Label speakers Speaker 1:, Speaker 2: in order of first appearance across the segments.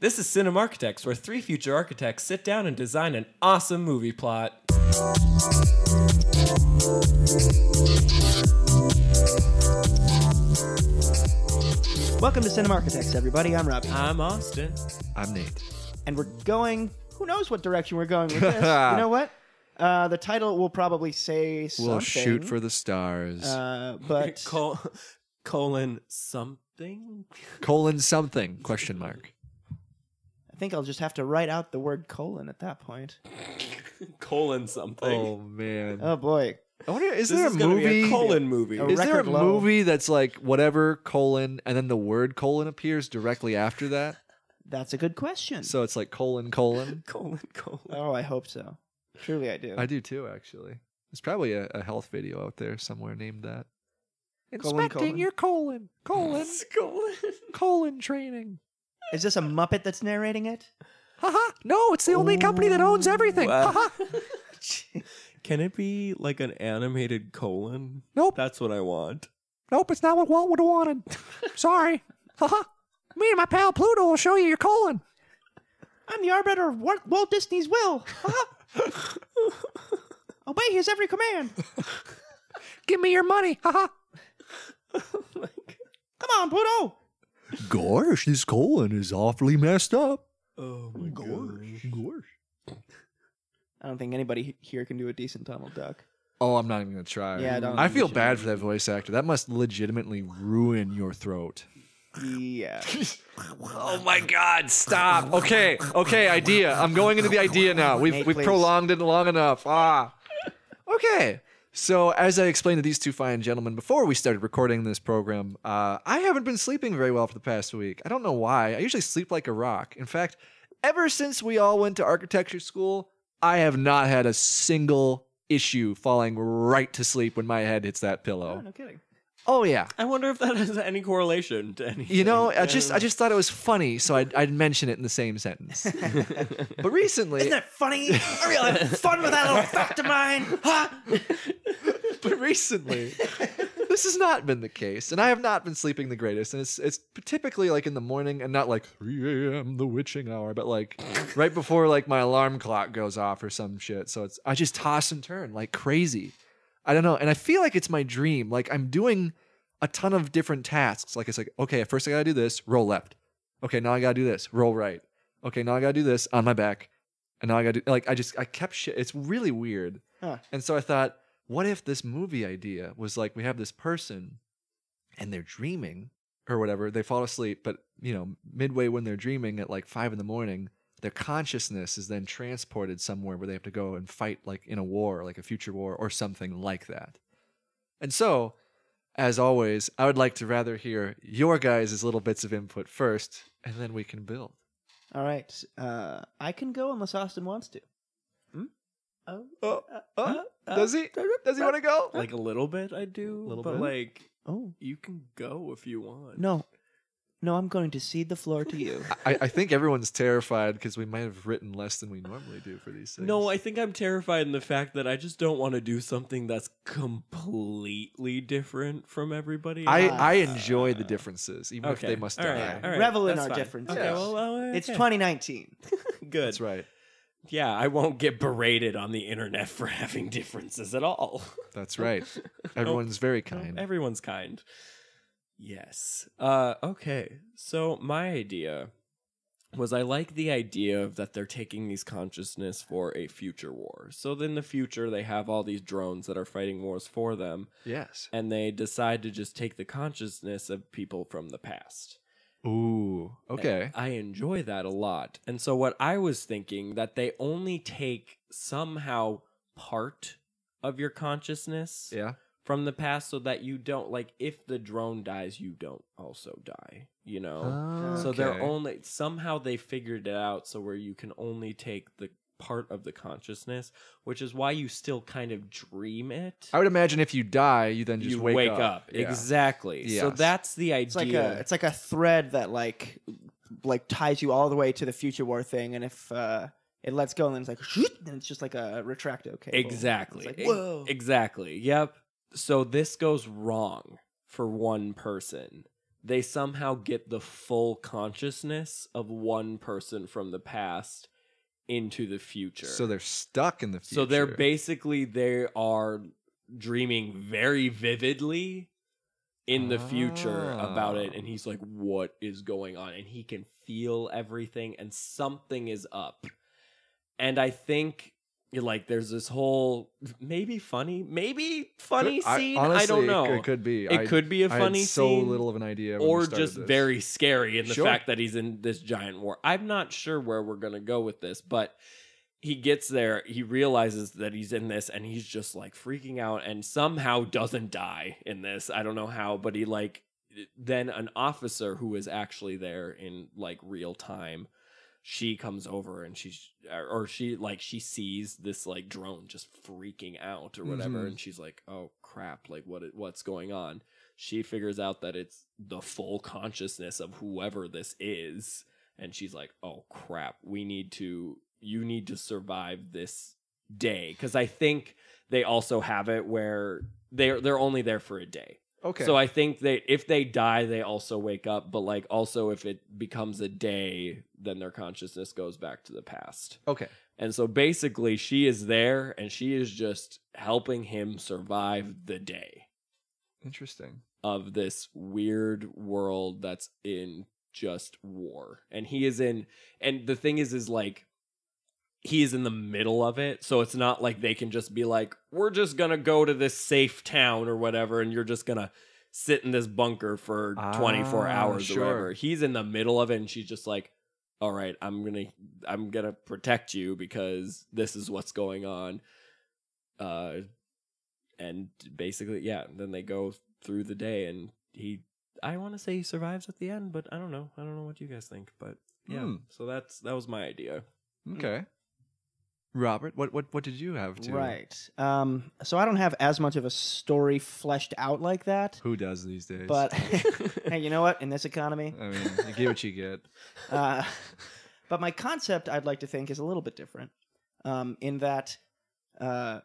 Speaker 1: This is Cinema Architects, where three future architects sit down and design an awesome movie plot.
Speaker 2: Welcome to Cinema Architects, everybody. I'm Robbie,
Speaker 1: I'm Austin.
Speaker 3: I'm Nate.
Speaker 2: and we're going. Who knows what direction we're going with this? you know what? Uh, the title will probably say something.
Speaker 3: We'll shoot for the stars.
Speaker 2: Uh, but
Speaker 1: Col- colon something?
Speaker 3: colon something question mark.
Speaker 2: I think I'll just have to write out the word colon at that point.
Speaker 1: colon something.
Speaker 3: Oh man.
Speaker 2: Oh boy.
Speaker 3: I wonder is
Speaker 1: this
Speaker 3: there
Speaker 1: is
Speaker 3: a
Speaker 1: gonna
Speaker 3: movie?
Speaker 1: Be a colon movie.
Speaker 2: Oh.
Speaker 3: Is there a
Speaker 2: Record low.
Speaker 3: movie that's like whatever colon and then the word colon appears directly after that?
Speaker 2: That's a good question.
Speaker 3: So it's like colon colon.
Speaker 1: colon, colon.
Speaker 2: oh, I hope so. Truly, I do.
Speaker 3: I do too, actually. There's probably a, a health video out there somewhere named that.
Speaker 2: Colon,
Speaker 3: Inspecting
Speaker 2: colon.
Speaker 3: your colon, colon,
Speaker 1: colon.
Speaker 3: colon training.
Speaker 2: Is this a Muppet that's narrating it?
Speaker 3: Haha! No, it's the only company that owns everything.
Speaker 1: Wow.
Speaker 3: Haha!
Speaker 1: Can it be like an animated colon?
Speaker 3: Nope.
Speaker 1: That's what I want.
Speaker 3: Nope, it's not what Walt would have wanted. Sorry. Haha. Me and my pal Pluto will show you your colon.
Speaker 2: I'm the arbiter of Walt, Walt Disney's will. Uh-huh. Obey his every command.
Speaker 3: Give me your money. Haha.
Speaker 2: Come on, Pluto.
Speaker 3: Gosh, this colon is awfully messed up.
Speaker 1: Oh my gosh.
Speaker 2: I don't think anybody here can do a decent Donald Duck.
Speaker 3: Oh, I'm not even gonna try.
Speaker 2: Yeah, I don't
Speaker 3: I
Speaker 2: think you
Speaker 3: feel
Speaker 2: should.
Speaker 3: bad for that voice actor. That must legitimately ruin your throat.
Speaker 2: Yeah.
Speaker 3: Oh my God! Stop. Okay, okay. Idea. I'm going into the idea now. We've
Speaker 2: Nate,
Speaker 3: we've
Speaker 2: please.
Speaker 3: prolonged it long enough. Ah. Okay. So as I explained to these two fine gentlemen before we started recording this program, uh, I haven't been sleeping very well for the past week. I don't know why. I usually sleep like a rock. In fact, ever since we all went to architecture school, I have not had a single issue falling right to sleep when my head hits that
Speaker 2: Oh,
Speaker 3: pillow.
Speaker 2: no kidding.
Speaker 3: Oh yeah.
Speaker 1: I wonder if that has any correlation to anything.
Speaker 3: You know, I just I just thought it was funny, so I'd, I'd mention it in the same sentence. but recently,
Speaker 2: Isn't that funny? I really had fun with that little fact of mine. Huh?
Speaker 3: but recently, this has not been the case, and I have not been sleeping the greatest. And it's it's typically like in the morning, and not like 3 a.m. the witching hour, but like right before like my alarm clock goes off or some shit. So it's I just toss and turn like crazy. I don't know, and I feel like it's my dream. Like I'm doing a ton of different tasks. Like it's like okay, first I gotta do this, roll left. Okay, now I gotta do this, roll right. Okay, now I gotta do this on my back, and now I gotta do like I just I kept shit. It's really weird.
Speaker 2: Huh.
Speaker 3: And so I thought, what if this movie idea was like we have this person and they're dreaming or whatever, they fall asleep, but you know, midway when they're dreaming at like five in the morning, their consciousness is then transported somewhere where they have to go and fight like in a war, like a future war or something like that. And so, as always, I would like to rather hear your guys' little bits of input first, and then we can build.
Speaker 2: All right. Uh, I can go unless Austin wants to. Hmm? Oh.
Speaker 3: Oh,
Speaker 2: uh,
Speaker 3: oh, does he? Does he want to go?
Speaker 1: like a little bit I do,
Speaker 3: Little
Speaker 1: but
Speaker 3: bit?
Speaker 1: like
Speaker 2: Oh.
Speaker 1: you can go if you want.
Speaker 2: No. No, I'm going to cede the floor to you.
Speaker 3: I, I think everyone's terrified because we might have written less than we normally do for these things.
Speaker 1: No, I think I'm terrified in the fact that I just don't want to do something that's completely different from everybody.
Speaker 3: I,
Speaker 1: else.
Speaker 3: I enjoy the differences, even if
Speaker 1: Okay.
Speaker 3: they must
Speaker 1: All right.
Speaker 3: die.
Speaker 1: All right.
Speaker 2: Revel in
Speaker 1: That's
Speaker 2: our
Speaker 1: fine.
Speaker 2: differences.
Speaker 1: Okay, well, uh,
Speaker 2: It's
Speaker 1: okay.
Speaker 2: 2019.
Speaker 1: Good.
Speaker 3: That's right.
Speaker 1: Yeah, I won't get berated on the internet for having differences at all.
Speaker 3: That's right. Everyone's very kind.
Speaker 1: Everyone's kind. Yes. Uh, okay. So my idea was I like the idea of that they're taking these consciousness for a future war. So then in the future they have all these drones that are fighting wars for them,
Speaker 3: Yes.
Speaker 1: and they decide to just take the consciousness of people from the past.
Speaker 3: Ooh. Okay.
Speaker 1: I enjoy that a lot. And so what I was thinking that they only take somehow part of your consciousness
Speaker 3: Yeah.
Speaker 1: from the past so that you don't like if the drone dies you don't also die you know
Speaker 2: Oh,
Speaker 1: so they're only somehow they figured it out so where you can only take the part of the consciousness which is why you still kind of dream it
Speaker 3: I would imagine if you die, you then just
Speaker 1: you wake, up,
Speaker 3: Yeah.
Speaker 1: exactly so
Speaker 3: Yes.
Speaker 1: that's the idea
Speaker 2: It's like a it's like a thread that like like ties you all the way to the future war thing, and if uh, it lets go, and then it's like, shoot, and it's just like a retracto cable.
Speaker 1: Exactly.
Speaker 2: It's
Speaker 1: E-
Speaker 2: like, whoa.
Speaker 1: Exactly. Yep. So this goes wrong for one person. they somehow get the full consciousness of one person from the past into the future.
Speaker 3: So they're stuck in the future.
Speaker 1: so they're basically they are dreaming very vividly in the future about it and
Speaker 3: Ah.
Speaker 1: he's like what is going on and he can feel everything and something is up. And I think like there's this whole maybe funny, maybe funny
Speaker 3: I-
Speaker 1: scene, I,
Speaker 3: honestly,
Speaker 1: don't
Speaker 3: it-
Speaker 1: know.
Speaker 3: It, could be.
Speaker 1: It
Speaker 3: I-
Speaker 1: could be a
Speaker 3: I had
Speaker 1: funny
Speaker 3: so
Speaker 1: scene
Speaker 3: little of an idea, when we
Speaker 1: or
Speaker 3: started
Speaker 1: just
Speaker 3: this.
Speaker 1: very scary in the
Speaker 3: Sure.
Speaker 1: fact that he's in this giant war. I'm not sure where we're going to go with this, but he gets there, he realizes that he's in this and he's just like freaking out and somehow doesn't die in this. I don't know how, but he like then an officer who is actually there in like real time she comes over and she's or she like she sees this like drone just freaking out or whatever
Speaker 3: Mhm.
Speaker 1: and she's like oh crap like what what's going on she figures out that it's the full consciousness of whoever this is and she's like oh crap we need to you need to survive this day cuz i think they also have it where they're they're only there for a day
Speaker 3: okay.
Speaker 1: so I think they if they die, they also wake up, but like also if it becomes a day, then their consciousness goes back to the past.
Speaker 3: okay.
Speaker 1: And so basically she is there and she is just helping him survive the day
Speaker 3: Interesting.
Speaker 1: of this weird world that's in just war. And he is in and the thing is is like he is in the middle of it, so it's not like they can just be like we're just going to go to this safe town or whatever and you're just going to sit in this bunker for 24
Speaker 3: Ah,
Speaker 1: hours
Speaker 3: sure.
Speaker 1: or whatever. He's in the middle of it and she's just like all right, I'm going to I'm going to protect you because this is what's going on. Uh and basically yeah then they go through the day and he i want to say he survives at the end but i don't know i don't know what you guys think but yeah
Speaker 3: Hmm.
Speaker 1: so that's that was my idea Hmm.
Speaker 3: Okay. Robert, what what what did you have to?
Speaker 2: Right. Um, so I don't have as much of a story fleshed out like that,
Speaker 3: Who does these days?
Speaker 2: but hey, you know what? In this economy,
Speaker 3: I mean, you get what you get.
Speaker 2: uh, but my concept I'd like to think is a little bit different, um, in that uh,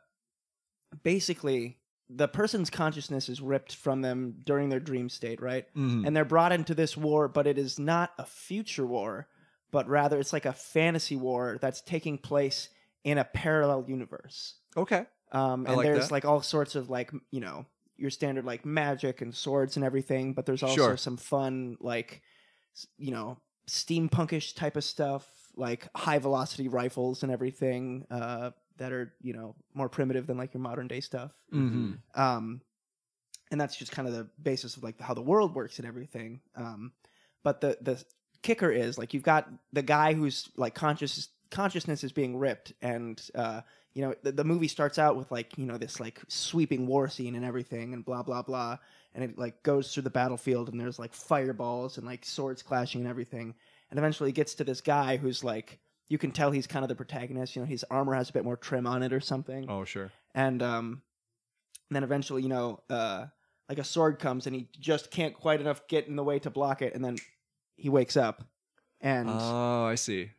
Speaker 2: basically the person's consciousness is ripped from them during their dream state, right?
Speaker 3: Mhm.
Speaker 2: And they're brought into this war, but it is not a future war, but rather it's like a fantasy war that's taking place in a parallel universe.
Speaker 3: Okay.
Speaker 2: Um,
Speaker 3: I
Speaker 2: and
Speaker 3: like
Speaker 2: there's
Speaker 3: that.
Speaker 2: like all sorts of like m- you know your standard like magic and swords and everything, but there's also
Speaker 3: Sure.
Speaker 2: some fun like s- you know steampunkish type of stuff, like high velocity rifles and everything uh, that are you know more primitive than like your modern day stuff.
Speaker 3: Mhm.
Speaker 2: Um, and that's just kind of the basis of like how the world works and everything. Um, but the the kicker is like you've got the guy who's like conscious consciousness is being ripped, and uh, you know the, the movie starts out with like you know this like sweeping war scene and everything, and blah blah blah, and it like goes through the battlefield, and there's like fireballs and like swords clashing and everything, and eventually it gets to this guy who's like you can tell he's kind of the protagonist. You know his armor has a bit more trim on it or something
Speaker 3: Oh sure.
Speaker 2: and um and then eventually you know uh like a sword comes and he just can't quite enough get in the way to block it and then he wakes up and
Speaker 3: Oh, I see.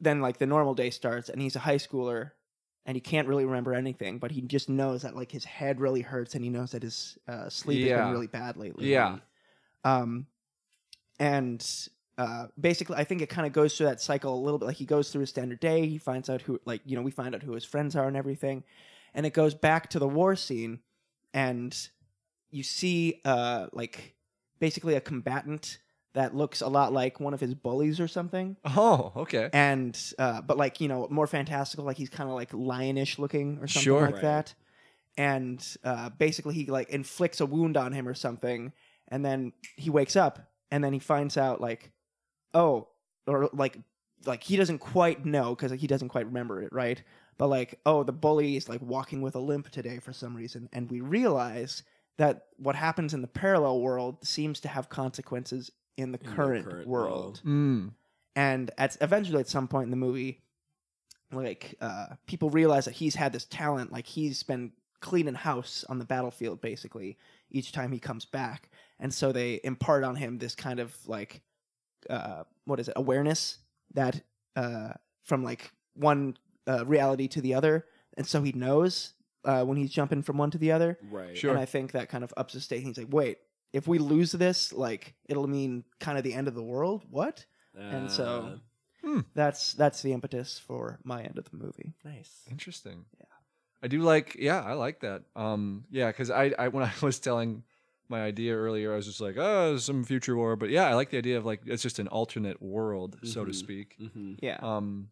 Speaker 2: then like the normal day starts and he's a high schooler and he can't really remember anything but he just knows that like his head really hurts and he knows that his uh, sleep has
Speaker 3: Yeah.
Speaker 2: been really bad lately
Speaker 3: Yeah.
Speaker 2: um and uh basically i think it kind of goes through that cycle a little bit like he goes through his standard day he finds out who like you know we find out who his friends are and everything and it goes back to the war scene and you see uh like basically a combatant that looks a lot like one of his bullies or something
Speaker 3: Oh, okay.
Speaker 2: and uh, but like you know more fantastical like he's kind of like lionish looking or something
Speaker 3: Sure.
Speaker 2: like
Speaker 1: Right.
Speaker 2: that and uh, basically he like inflicts a wound on him or something and then he wakes up and then he finds out like oh or like like he doesn't quite know because he doesn't quite remember it right but like oh the bully is like walking with a limp today for some reason and we realize that what happens in the parallel world seems to have consequences in the,
Speaker 1: In the
Speaker 2: current,
Speaker 1: current
Speaker 2: world
Speaker 1: world.
Speaker 3: Mm.
Speaker 2: and at eventually at some point in the movie like uh people realize that he's had this talent like he's been cleaning house on the battlefield basically each time he comes back and so they impart on him this kind of like uh what is it awareness that uh from like one uh, reality to the other and so he knows uh when he's jumping from one to the other
Speaker 1: right
Speaker 3: Sure.
Speaker 2: and I think that kind of ups his state. He's like, wait, if we lose this, like it'll mean kind of the end of the world. What?
Speaker 1: Uh,
Speaker 2: And so- That's that's the impetus for my end of the movie.
Speaker 1: nice.
Speaker 3: Interesting.
Speaker 2: Yeah.
Speaker 3: I do like yeah, I like that. Um yeah, because I, I when I was telling my idea earlier, I was just like, oh, some future war. But yeah, I like the idea of like it's just an alternate world, so to
Speaker 1: Mhm.
Speaker 3: speak.
Speaker 1: Mm-hmm.
Speaker 2: Yeah,
Speaker 3: Um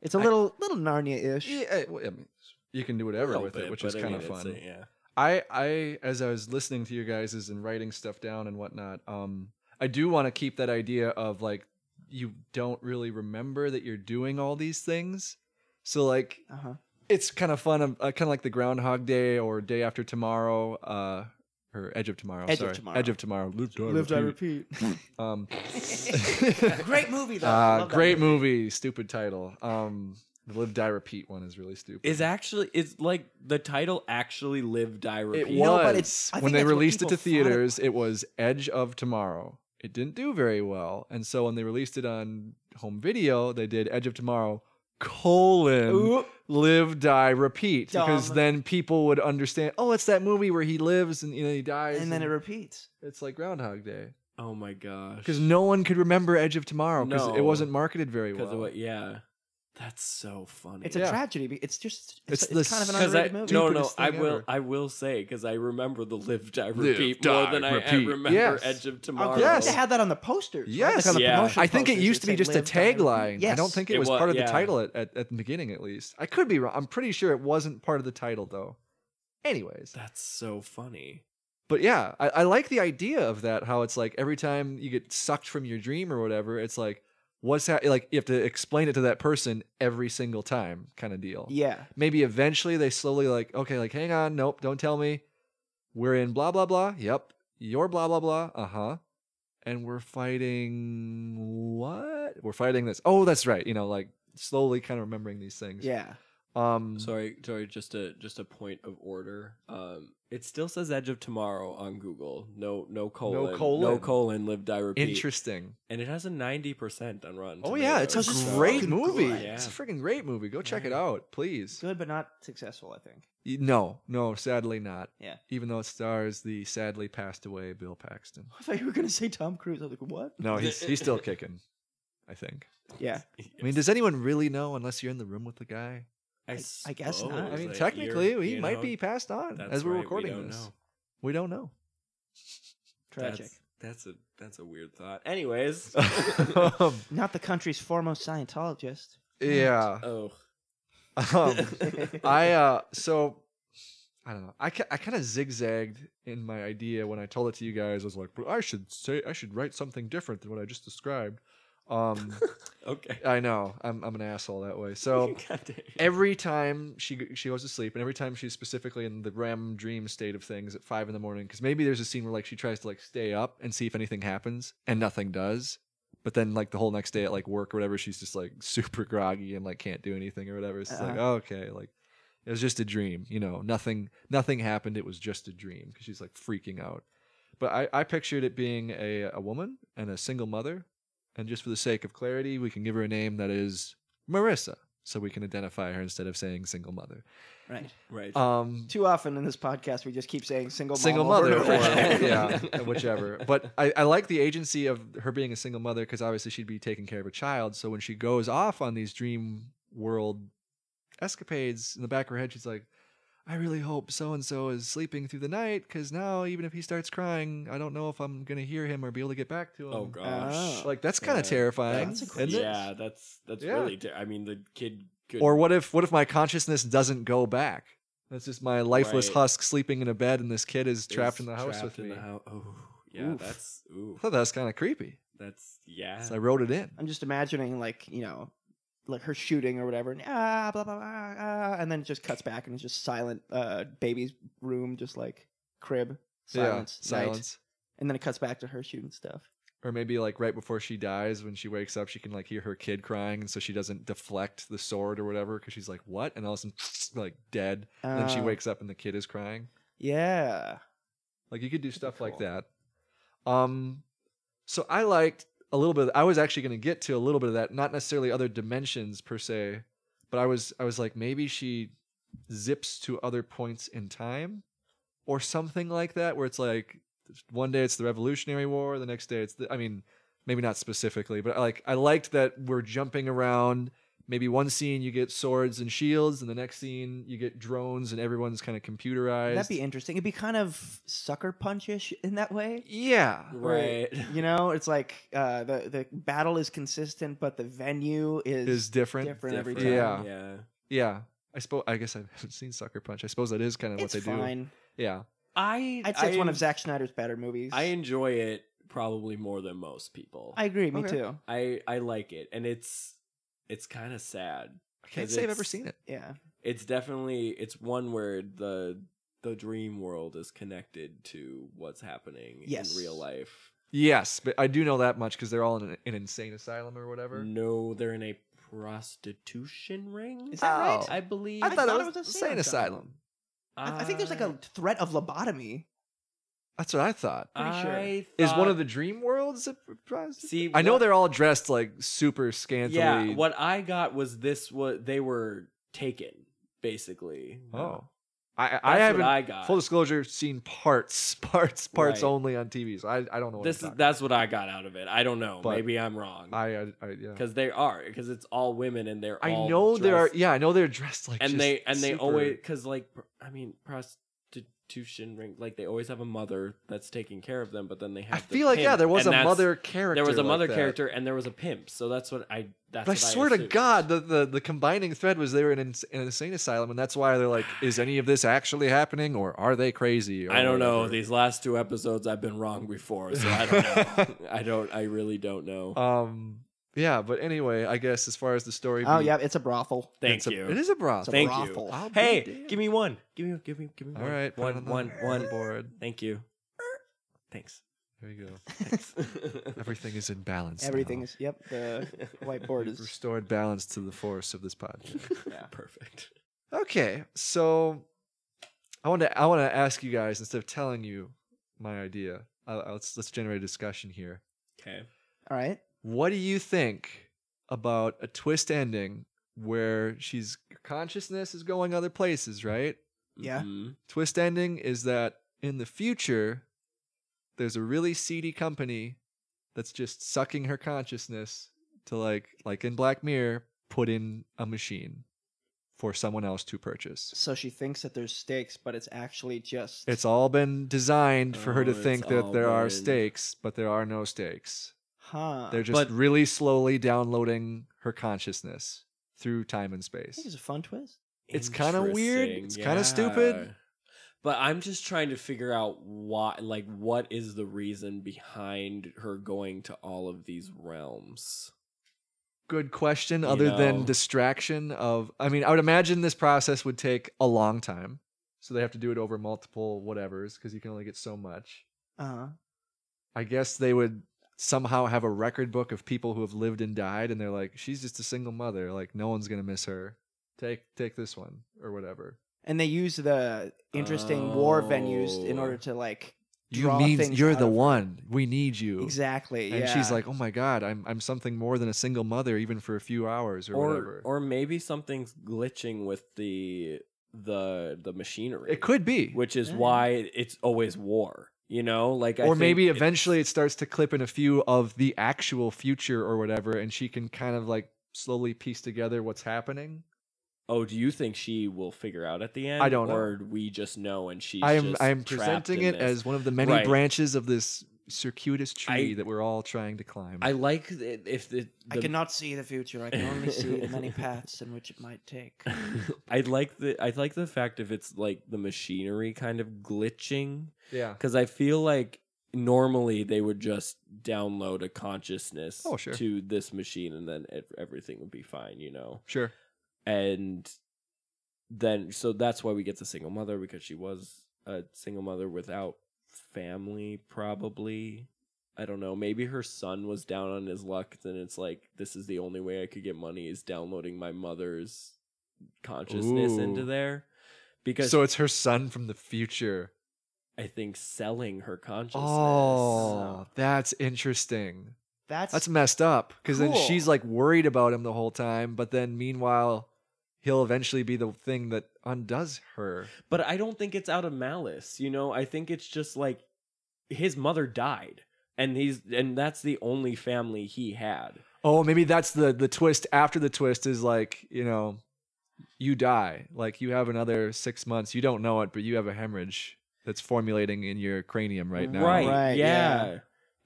Speaker 2: it's a
Speaker 3: I-
Speaker 2: little little Narnia ish.
Speaker 3: yeah, I- well, I mean, you can do whatever with it, which is kind of fun.
Speaker 1: yeah.
Speaker 3: I I as I was listening to you guys and writing stuff down and whatnot, um, I do want to keep that idea of like you don't really remember that you're doing all these things. So like
Speaker 2: Uh huh.
Speaker 3: it's kind of fun, uh, kind of like the Groundhog Day or Day After Tomorrow, uh, or Edge of Tomorrow.
Speaker 2: Edge of
Speaker 3: sorry.
Speaker 2: Tomorrow.
Speaker 3: Edge of Tomorrow. Live, die,
Speaker 2: Lived I
Speaker 3: repeat.
Speaker 2: repeat.
Speaker 3: Um,
Speaker 2: great movie though. I
Speaker 3: uh,
Speaker 2: love that
Speaker 3: great movie. Stupid title. Um, the Live, Die, Repeat one is really stupid.
Speaker 1: Is actually is like the title actually live die
Speaker 3: It
Speaker 1: repeat.
Speaker 3: was
Speaker 2: No, but it's- I think
Speaker 3: when they
Speaker 2: that's what
Speaker 3: released it
Speaker 2: people
Speaker 3: to
Speaker 2: thought it
Speaker 3: theaters. It was Edge of Tomorrow. It didn't do very well, and so when they released it on home video, they did Edge of Tomorrow colon
Speaker 2: Oop.
Speaker 3: live die repeat because
Speaker 2: Dumb.
Speaker 3: then people would understand. Oh, it's that movie where he lives and you know he dies,
Speaker 2: and then it repeats.
Speaker 3: it's like Groundhog Day
Speaker 1: Oh my gosh.
Speaker 3: because no one could remember Edge of Tomorrow because it
Speaker 1: No.
Speaker 3: wasn't marketed very
Speaker 1: because
Speaker 3: well.
Speaker 1: of what? Yeah, that's so funny.
Speaker 2: It's
Speaker 3: Yeah.
Speaker 2: a tragedy. be- It's just it's,
Speaker 3: It's
Speaker 2: it's,
Speaker 3: this-
Speaker 2: kind of an
Speaker 1: 'Cause I-
Speaker 2: underrated movie.
Speaker 1: no, no,
Speaker 3: Stupidest
Speaker 1: I
Speaker 3: thing
Speaker 1: will,
Speaker 3: ever.
Speaker 1: I will say because I remember the live die
Speaker 3: Live,
Speaker 1: repeat
Speaker 3: die,
Speaker 1: more than I, I
Speaker 3: repeat.
Speaker 1: remember
Speaker 3: Yes.
Speaker 1: Edge of
Speaker 2: I'm
Speaker 1: Tomorrow.
Speaker 2: glad
Speaker 3: Yes.
Speaker 2: they had that on the posters. right?
Speaker 3: Yes.
Speaker 2: Like on the
Speaker 1: Yeah.
Speaker 2: promotional
Speaker 3: I think it
Speaker 2: posters,
Speaker 3: used to be
Speaker 2: said
Speaker 3: just a
Speaker 2: live, die, repeat.
Speaker 3: tagline. I
Speaker 2: Yes.
Speaker 3: don't think it,
Speaker 1: It
Speaker 3: was
Speaker 1: wa-
Speaker 3: part of the
Speaker 1: yeah.
Speaker 3: title at, at, at the beginning, at least. I could be wrong. I'm pretty sure it wasn't part of the title, though. Anyways,
Speaker 1: That's so funny.
Speaker 3: but yeah, I, I like the idea of that. How it's like every time you get sucked from your dream or whatever, it's like, what's that? Like, you have to explain it to that person every single time, kind of deal.
Speaker 2: Yeah.
Speaker 3: Maybe eventually they slowly, like, okay, like, hang on. Nope, don't tell me. We're in blah, blah, blah. Yep. You're blah, blah, blah. Uh huh. And we're fighting what? We're fighting this. Oh, that's right. You know, like slowly kind of remembering these things.
Speaker 2: Yeah.
Speaker 3: Um,
Speaker 1: Sorry, sorry. Just a just a point of order. Um, it still says Edge of Tomorrow on Google. No, no colon,
Speaker 3: colon.
Speaker 1: no colon. Live die repeat.
Speaker 3: interesting.
Speaker 1: and it has a ninety percent on Rotten.
Speaker 3: Oh yeah, it's
Speaker 2: Tomatoes.
Speaker 3: a
Speaker 2: So-
Speaker 3: great
Speaker 2: Good
Speaker 3: movie.
Speaker 2: God.
Speaker 3: It's a freaking great movie. Go check it
Speaker 1: Yeah.
Speaker 3: out, please.
Speaker 2: Good, but not successful. I think.
Speaker 3: Y- No, no, sadly not.
Speaker 2: Yeah.
Speaker 3: Even though it stars the sadly passed away Bill Paxton.
Speaker 2: I thought you were gonna say Tom Cruise. I was like, what?
Speaker 3: No, he's he's still kicking. I think.
Speaker 2: Yeah.
Speaker 3: I mean,
Speaker 1: Yes.
Speaker 3: does anyone really know unless you're in the room with the guy?
Speaker 2: I- I guess not.
Speaker 1: suppose,
Speaker 3: I mean,
Speaker 1: Oh, like,
Speaker 3: technically,
Speaker 1: you're-
Speaker 3: he
Speaker 1: you
Speaker 3: might
Speaker 1: know,
Speaker 3: be passed on
Speaker 1: that's
Speaker 3: as we're
Speaker 1: right, we
Speaker 3: recording
Speaker 1: don't
Speaker 3: this.
Speaker 1: know.
Speaker 3: We don't know.
Speaker 2: Tragic.
Speaker 1: That's, that's a that's a weird thought. Anyways,
Speaker 3: Um,
Speaker 2: Not the country's foremost Scientologist.
Speaker 3: yeah.
Speaker 1: oh,
Speaker 3: Um, I uh so I don't know. I, ki- I kind of zigzagged in my idea when I told it to you guys. I was like, well, I should say I should write something different than what I just described. Um,
Speaker 1: okay.
Speaker 3: I know I'm I'm an asshole that way. So
Speaker 1: God damn it.
Speaker 3: every time she g- she goes to sleep, and every time she's specifically in the REM dream state of things at five in the morning, because maybe there's a scene where like she tries to like stay up and see if anything happens, and nothing does. But then like the whole next day at like work or whatever, she's just like super groggy and like can't do anything or whatever. It's just like "Oh,
Speaker 2: Uh-huh.
Speaker 3: okay, like it was just a dream, you know. Nothing nothing happened. It was just a dream because she's like freaking out. But I, I pictured it being a, a woman and a single mother. And just for the sake of clarity, we can give her a name that is Marissa. So we can identify her instead of saying single mother.
Speaker 2: right.
Speaker 1: right.
Speaker 3: Um,
Speaker 2: Too often in this podcast, we just keep saying single mom
Speaker 3: single
Speaker 2: over
Speaker 3: mother,
Speaker 2: and over
Speaker 3: or,
Speaker 2: again.
Speaker 3: yeah, whichever. But I, I like the agency of her being a single mother because obviously she'd be taking care of a child. So when she goes off on these dream world escapades, in the back of her head, she's like, I really hope so and so is sleeping through the night because now, even if he starts crying, I don't know if I'm going to hear him or be able to get back to him.
Speaker 1: oh gosh.
Speaker 3: Like, Oh, that's kind
Speaker 1: Yeah.
Speaker 3: of terrifying.
Speaker 2: That's a
Speaker 3: isn't it?
Speaker 1: yeah, that's that's
Speaker 3: Yeah.
Speaker 1: really. Ter- I mean, the kid could.
Speaker 3: Or what if what if my consciousness doesn't go back? That's just my lifeless
Speaker 1: Right.
Speaker 3: husk sleeping in a bed, and this kid is trapped
Speaker 1: is
Speaker 3: in the house
Speaker 1: trapped
Speaker 3: with
Speaker 1: in
Speaker 3: me.
Speaker 1: the hou- Oh, yeah.
Speaker 2: Oof.
Speaker 1: That's
Speaker 3: I
Speaker 1: ooh.
Speaker 3: thought that was kind of creepy,
Speaker 1: That's yeah.
Speaker 2: Ah.
Speaker 3: so I wrote it in.
Speaker 2: I'm just imagining like you know, like her shooting or whatever, and ah blah blah blah, ah, and then it just cuts back and it's just silent. Uh, baby's room, just like crib, silence,
Speaker 3: yeah,
Speaker 2: night.
Speaker 3: silence.
Speaker 2: and then it cuts back to her shooting stuff.
Speaker 3: Or maybe like right before she dies, when she wakes up, she can like hear her kid crying, and so she doesn't deflect the sword or whatever because she's like, "What?" and all of a sudden, like dead. And then she
Speaker 2: Uh,
Speaker 3: wakes up and the kid is crying.
Speaker 2: Yeah,
Speaker 3: Like you could do stuff like
Speaker 2: cool.
Speaker 3: that. Um, so I liked a little bit. I was actually going to get to a little bit of that, not necessarily other dimensions per se, but I was I was like maybe she zips to other points in time or something like that, where it's like one day it's the Revolutionary War, the next day it's the I mean, maybe not specifically, but like I liked that we're jumping around. Maybe one scene you get swords and shields, and the next scene you get drones and everyone's kind of computerized.
Speaker 2: That'd be interesting. It'd be kind of sucker punchish in that way.
Speaker 3: yeah,
Speaker 1: Right.
Speaker 2: You know, it's like uh, the the battle is consistent, but the venue is,
Speaker 3: is different.
Speaker 2: different every time.
Speaker 1: Different,
Speaker 3: Yeah.
Speaker 1: Yeah.
Speaker 3: Yeah, I suppose. I guess I haven't seen Sucker Punch. I suppose that is kind of what
Speaker 2: It's
Speaker 3: they do.
Speaker 2: fine.
Speaker 3: Yeah,
Speaker 1: I
Speaker 2: I'd say it's one
Speaker 1: I-
Speaker 2: of Zack Snyder's better movies.
Speaker 1: I enjoy it probably more than most people.
Speaker 2: I agree. Me
Speaker 3: Okay.
Speaker 2: too.
Speaker 1: I I like it, and it's it's kind of sad.
Speaker 3: I can't
Speaker 1: 'Cause
Speaker 3: say I've
Speaker 1: it's-
Speaker 3: ever seen it.
Speaker 2: Yeah.
Speaker 1: It's definitely it's one where the the dream world is connected to what's happening
Speaker 2: Yes.
Speaker 1: in real life.
Speaker 3: Yes, but I do know that much because they're all in an, an insane asylum or whatever.
Speaker 1: No, they're in a prostitution ring.
Speaker 2: Is that
Speaker 3: Oh.
Speaker 2: right?
Speaker 1: I believe.
Speaker 3: I, thought,
Speaker 2: thought
Speaker 3: it was
Speaker 2: it
Speaker 3: an
Speaker 2: was
Speaker 3: insane
Speaker 2: insane
Speaker 3: asylum. Uh,
Speaker 2: I, I think there's like a threat of lobotomy.
Speaker 3: That's what I thought.
Speaker 2: pretty sure.
Speaker 1: I
Speaker 3: Is one of
Speaker 1: thought-
Speaker 3: the dream worlds? A prize?
Speaker 1: Uh, See,
Speaker 3: I know
Speaker 1: what-
Speaker 3: they're all dressed like super scantily.
Speaker 1: Yeah, what I got was this. What they were taken, basically.
Speaker 3: Oh, I I
Speaker 1: That's
Speaker 3: haven't.
Speaker 1: what I got.
Speaker 3: full disclosure, seen parts, parts, parts
Speaker 1: Right.
Speaker 3: only on TV. So I I don't know. What
Speaker 1: this is
Speaker 3: I'm talking
Speaker 1: that's what I got out of it. I don't know.
Speaker 3: But
Speaker 1: Maybe I'm wrong.
Speaker 3: about. I, I, I yeah.
Speaker 1: because they are because it's all women and they're
Speaker 3: I
Speaker 1: all
Speaker 3: know there are.
Speaker 1: dressed-
Speaker 3: Yeah, I know they're dressed like.
Speaker 1: and
Speaker 3: just
Speaker 1: they and they
Speaker 3: super-
Speaker 1: always because like pr- I mean prostitution ring like they always have a mother that's taking care of them but then they have
Speaker 3: I
Speaker 1: the
Speaker 3: feel like yeah,
Speaker 1: pimp,
Speaker 3: there was
Speaker 1: and
Speaker 3: a
Speaker 1: that's-
Speaker 3: mother character.
Speaker 1: there was a
Speaker 3: like
Speaker 1: mother
Speaker 3: that.
Speaker 1: character and there was a pimp so that's what I that's
Speaker 3: But I
Speaker 1: what
Speaker 3: swear to
Speaker 1: assumed.
Speaker 3: God, the, the, the combining thread was they were in an, in an insane asylum, and that's why they're like, is any of this actually happening, or are they crazy? Or
Speaker 1: I don't know
Speaker 3: whatever.
Speaker 1: these last two episodes I've been wrong before so I don't know I don't I really don't know
Speaker 3: Um, yeah, but anyway, I guess as far as the story.
Speaker 2: Oh
Speaker 3: beat,
Speaker 2: yeah, it's a brothel.
Speaker 1: thank
Speaker 3: it's a-
Speaker 1: you
Speaker 3: it is a
Speaker 2: It's
Speaker 3: broth.
Speaker 2: a
Speaker 1: Thank you.
Speaker 2: brothel.
Speaker 3: I'll be
Speaker 1: hey
Speaker 3: damned.
Speaker 1: give me one give me give me give me
Speaker 3: All
Speaker 1: one.
Speaker 3: right, put it
Speaker 1: one
Speaker 3: on the-
Speaker 1: one
Speaker 3: on
Speaker 1: one
Speaker 3: the board.
Speaker 1: thank you thanks
Speaker 3: Here we go.
Speaker 1: thanks
Speaker 3: Everything is in balance. now.
Speaker 2: Everything is yep. The whiteboard
Speaker 3: We've
Speaker 2: is
Speaker 3: restored balance to the force of this podcast.
Speaker 2: Yeah.
Speaker 1: Perfect.
Speaker 3: Okay, so I want to I want to ask you guys instead of telling you my idea. Uh, uh, let's let's generate a discussion here.
Speaker 1: Okay.
Speaker 2: all right.
Speaker 3: What do you think about a twist ending where she's her consciousness is going other places, right?
Speaker 2: Yeah.
Speaker 1: Mhm.
Speaker 3: Twist ending is that in the future there's a really seedy company that's just sucking her consciousness to like like in Black Mirror put in a machine for someone else to purchase.
Speaker 2: So she thinks that there's stakes, but it's actually just
Speaker 3: It's all been designed for her to
Speaker 1: Oh, it's
Speaker 3: think that
Speaker 1: all
Speaker 3: there are
Speaker 1: been- Uh,
Speaker 3: stakes, but there are no stakes.
Speaker 2: huh.
Speaker 3: They're just
Speaker 1: But-
Speaker 3: really slowly downloading her consciousness through time and
Speaker 2: I think
Speaker 3: space.
Speaker 2: it's a fun twist.
Speaker 3: It's kinda weird,
Speaker 1: Interesting,
Speaker 3: it's kinda stupid.
Speaker 1: yeah. But I'm just trying to figure out why like what is the reason behind her going to all of these realms.
Speaker 3: Good question.
Speaker 1: You
Speaker 3: Other than
Speaker 1: know.
Speaker 3: distraction of, I mean, I would imagine this process would take a long time, so they have to do it over multiple whatevers because you can only get so much.
Speaker 2: Uh
Speaker 3: I guess they would somehow have a record book of people who have lived and died, and they're like, she's just a single mother. Like no one's gonna miss her. Take take this one or whatever.
Speaker 2: And they use the interesting war venues in
Speaker 1: Oh.
Speaker 2: order to like
Speaker 3: You
Speaker 2: draw
Speaker 3: mean
Speaker 2: things
Speaker 3: you're
Speaker 2: out
Speaker 3: the
Speaker 2: of-
Speaker 3: one. We need you.
Speaker 2: exactly.
Speaker 3: And
Speaker 2: yeah.
Speaker 3: she's like, oh my god, I'm I'm something more than a single mother, even for a few hours or,
Speaker 1: Or
Speaker 3: whatever.
Speaker 1: or maybe something's glitching with the the the machinery.
Speaker 3: it could be.
Speaker 1: which is
Speaker 2: Yeah.
Speaker 1: why it's always war, you know? Like I
Speaker 3: or
Speaker 1: think
Speaker 3: maybe
Speaker 1: it's-
Speaker 3: eventually it starts to clip in a few of the actual future or whatever, and she can kind of like slowly piece together what's happening.
Speaker 1: Oh, do you think she will figure out at the end?
Speaker 3: I don't know.
Speaker 1: Or we just know and she's
Speaker 3: I'm
Speaker 1: just
Speaker 3: I'm
Speaker 1: trapped
Speaker 3: presenting
Speaker 1: in
Speaker 3: it
Speaker 1: this?
Speaker 3: as one of the many
Speaker 1: Right.
Speaker 3: branches of this circuitous tree
Speaker 1: I-
Speaker 3: that we're all trying to climb.
Speaker 1: I like it if the,
Speaker 2: I
Speaker 1: the-
Speaker 2: cannot see the future. I can only see the many paths in which it might take.
Speaker 1: I like the I like the fact if it's like the machinery kind of glitching
Speaker 3: yeah.
Speaker 1: because I feel like normally they would just download a consciousness
Speaker 3: Oh, sure.
Speaker 1: to this machine and then ev- everything would be fine, you know.
Speaker 3: Sure.
Speaker 1: And then so that's why we get the single mother because she was a single mother without family probably. I don't know. Maybe her son was down on his luck, and it's like this is the only way I could get money is downloading my mother's consciousness
Speaker 3: Ooh.
Speaker 1: into there. Because
Speaker 3: So it's her son from the future.
Speaker 1: I think selling her consciousness.
Speaker 3: Oh, that's interesting.
Speaker 2: That's,
Speaker 3: That's messed up because then
Speaker 2: Cool.
Speaker 3: she's like worried about him the whole time, but then meanwhile, he'll eventually be the thing that undoes her.
Speaker 1: But I don't think it's out of malice, you know. I think it's just like his mother died, and he's and that's the only family he had.
Speaker 3: Oh, maybe that's the the twist after the twist is like, you know, you die. Like you have another 6 months. You don't know it, but you have a hemorrhage that's formulating in your cranium right now.
Speaker 1: Right.
Speaker 2: Right,
Speaker 1: yeah.
Speaker 2: yeah.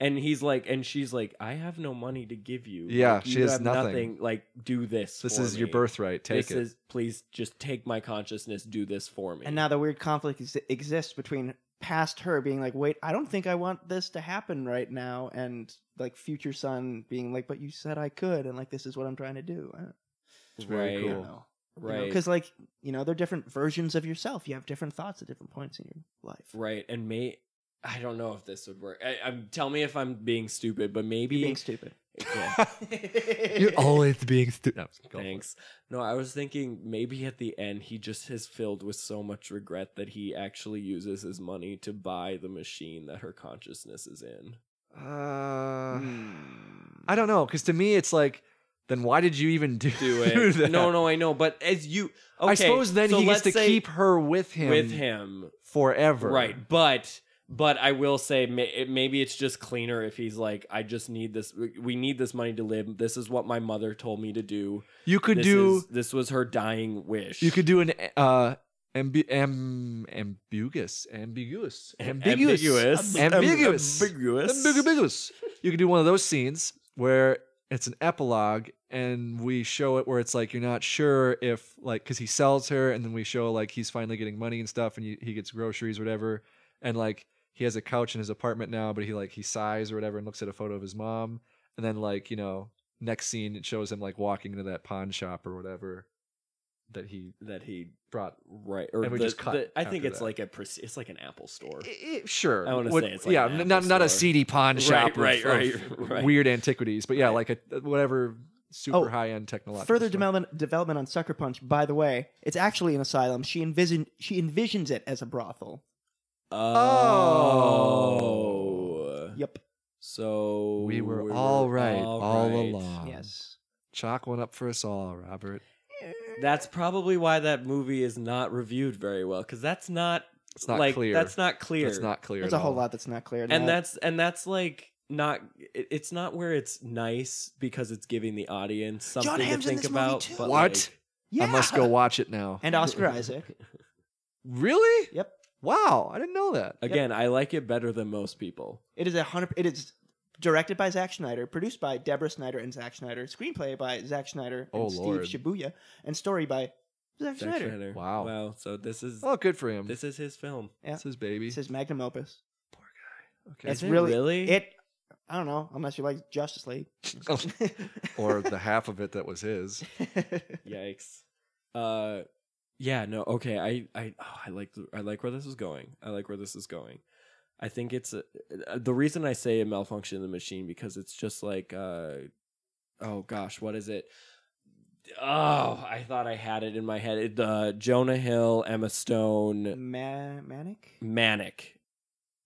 Speaker 1: And he's like, and she's like, I have no money to give you.
Speaker 3: Yeah,
Speaker 1: Like, you
Speaker 3: she has
Speaker 1: have
Speaker 3: nothing.
Speaker 1: Like, do this.
Speaker 3: This
Speaker 1: for
Speaker 3: is your
Speaker 1: me.
Speaker 3: birthright. Take
Speaker 1: this
Speaker 3: it.
Speaker 1: is please just take my consciousness. Do this for me.
Speaker 2: And now the weird conflict ex- exists between past her being like, "Wait, I don't think I want this to happen right now," and like future son being like, "But you said I could," and like this is what I'm trying to do. I-
Speaker 3: It's very
Speaker 1: Right.
Speaker 2: I don't
Speaker 3: cool.
Speaker 2: know.
Speaker 1: right,
Speaker 2: Because like you know, they're different versions of yourself. You have different thoughts at different points in your life.
Speaker 1: right, and may I don't know if this would work. I, I'm tell me if I'm being stupid, but maybe
Speaker 2: Being stupid.
Speaker 1: Yeah,
Speaker 3: You're always being stu- no, go for it.
Speaker 1: thanks. No, I was thinking maybe at the end he just is filled with so much regret that he actually uses his money to buy the machine that her consciousness is in.
Speaker 3: Uh,
Speaker 2: Hmm.
Speaker 3: I don't know, because to me it's like, then why did you even do,
Speaker 1: Do
Speaker 3: that?
Speaker 1: it? no, no, I know, but as you, okay,
Speaker 3: I suppose then
Speaker 1: so
Speaker 3: he
Speaker 1: let's
Speaker 3: gets to
Speaker 1: say
Speaker 3: keep her with him,
Speaker 1: with him,
Speaker 3: forever.
Speaker 1: right? But but I will say ma- it- maybe it's just cleaner if he's like, I just need this. we- We need this money to live. This is what my mother told me to do.
Speaker 3: You could
Speaker 1: this
Speaker 3: do.
Speaker 1: is- this was her dying wish.
Speaker 3: You could do an uh, ambu- am- ambiguous, ambiguous, ambiguous,
Speaker 1: ambiguous,
Speaker 3: Am- ambiguous.
Speaker 1: ambiguous,
Speaker 3: Ambigu- ambiguous. You could do one of those scenes where it's an epilogue, and we show it where it's like you're not sure if like because he sells her, and then we show like he's finally getting money and stuff, and you, he gets groceries, or whatever, and like he has a couch in his apartment now, but he like he sighs or whatever, and looks at a photo of his mom, and then like you know next scene it shows him like walking into that pawn shop or whatever that he
Speaker 1: That he
Speaker 3: brought
Speaker 1: right or
Speaker 3: And we
Speaker 1: the-
Speaker 3: just cut
Speaker 1: the- I think
Speaker 3: after
Speaker 1: it's
Speaker 3: that.
Speaker 1: like a pres- it's like an Apple store.
Speaker 3: I- I- sure.
Speaker 1: I wanna
Speaker 3: What-
Speaker 1: say it's like
Speaker 3: yeah,
Speaker 1: an
Speaker 3: n-
Speaker 1: Apple
Speaker 3: not not a
Speaker 1: store.
Speaker 3: seedy pawn
Speaker 1: Right,
Speaker 3: shop, of-
Speaker 1: right,
Speaker 3: of
Speaker 1: right, right.
Speaker 3: weird antiquities, but yeah,
Speaker 1: Right.
Speaker 3: like a whatever super
Speaker 2: Oh,
Speaker 3: high end technological.
Speaker 2: Further
Speaker 3: stuff.
Speaker 2: development development on Sucker Punch. By the way, it's actually an asylum. She envision she envisions it as a brothel.
Speaker 1: Oh.
Speaker 2: Yep.
Speaker 1: So
Speaker 3: We were all right all
Speaker 1: right.
Speaker 3: along.
Speaker 2: yes.
Speaker 3: Chalk one up for us all, Robert.
Speaker 1: That's probably why that movie is not reviewed very well cuz that's not
Speaker 3: It's not
Speaker 1: like
Speaker 3: clear.
Speaker 1: that's not clear.
Speaker 3: It's not clear.
Speaker 2: There's a
Speaker 3: at
Speaker 2: whole
Speaker 3: all.
Speaker 2: lot that's not clear.
Speaker 1: And
Speaker 2: that's.
Speaker 1: that's and that's like not it- it's not where it's nice because it's giving the audience
Speaker 2: John
Speaker 1: something to
Speaker 2: Hamm's in
Speaker 1: think
Speaker 2: this movie
Speaker 1: about.
Speaker 2: too.
Speaker 1: but,
Speaker 3: What?
Speaker 1: like-
Speaker 2: Yeah.
Speaker 3: I must go watch it now.
Speaker 2: And Oscar Isaac.
Speaker 3: Really?
Speaker 2: Yep.
Speaker 3: Wow, I didn't know that.
Speaker 1: Again, I like it better than most people.
Speaker 2: It is a hundred. It is directed by Zack Snyder, produced by Deborah Snyder and Zack Snyder, screenplay by Zack Snyder and
Speaker 3: Oh,
Speaker 2: Steve
Speaker 3: Lord.
Speaker 2: Shibuya, and story by
Speaker 1: Zack
Speaker 2: Zack Snyder.
Speaker 1: Snyder.
Speaker 3: Wow.
Speaker 1: Wow. So this is
Speaker 3: Oh, good for him. This,
Speaker 1: this is his film.
Speaker 2: yeah.
Speaker 3: is baby.
Speaker 2: It's his magnum opus.
Speaker 3: okay.
Speaker 2: It's
Speaker 1: Is it
Speaker 2: really- It. I don't know, unless you like Justice League.
Speaker 3: Oh. or the half of it that was his.
Speaker 1: Yikes. Uh yeah, no, okay. I I oh, I like I like where this is going. I like where this is going. I think it's uh uh, the reason I say a malfunction in the machine because it's just like uh oh gosh, what is it? Oh, I thought I had it in my head. It, uh, Jonah Hill, Emma Stone,
Speaker 2: Ma- manic.
Speaker 1: Manic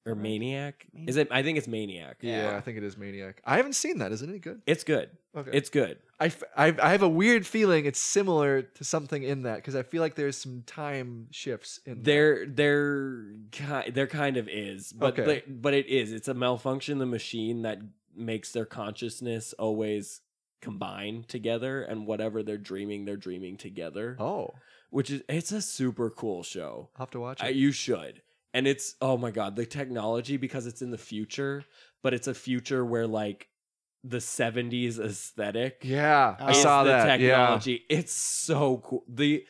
Speaker 1: or
Speaker 2: Right.
Speaker 1: Maniac? Is it I think it's Maniac.
Speaker 3: Yeah. I think it is Maniac. I haven't seen that. Is it any good?
Speaker 1: It's good.
Speaker 3: Okay.
Speaker 1: It's good.
Speaker 3: I, f- I, I have a weird feeling it's similar to something in that because I feel like there's some time shifts in that.
Speaker 1: There, there, ki- there kind of is, but
Speaker 3: Okay.
Speaker 1: but- but it is. It's a malfunction in the machine that makes their consciousness always combine together, and whatever they're dreaming, they're dreaming together.
Speaker 3: Oh,
Speaker 1: Which is it's a super cool show.
Speaker 3: I'll have to watch it.
Speaker 1: I, you should. And it's oh my god, the technology because it's in the future, but it's a future where like the '70s aesthetic
Speaker 3: yeah, I
Speaker 2: It's
Speaker 1: is
Speaker 3: saw
Speaker 1: the
Speaker 3: that.
Speaker 1: technology. It's so cool. The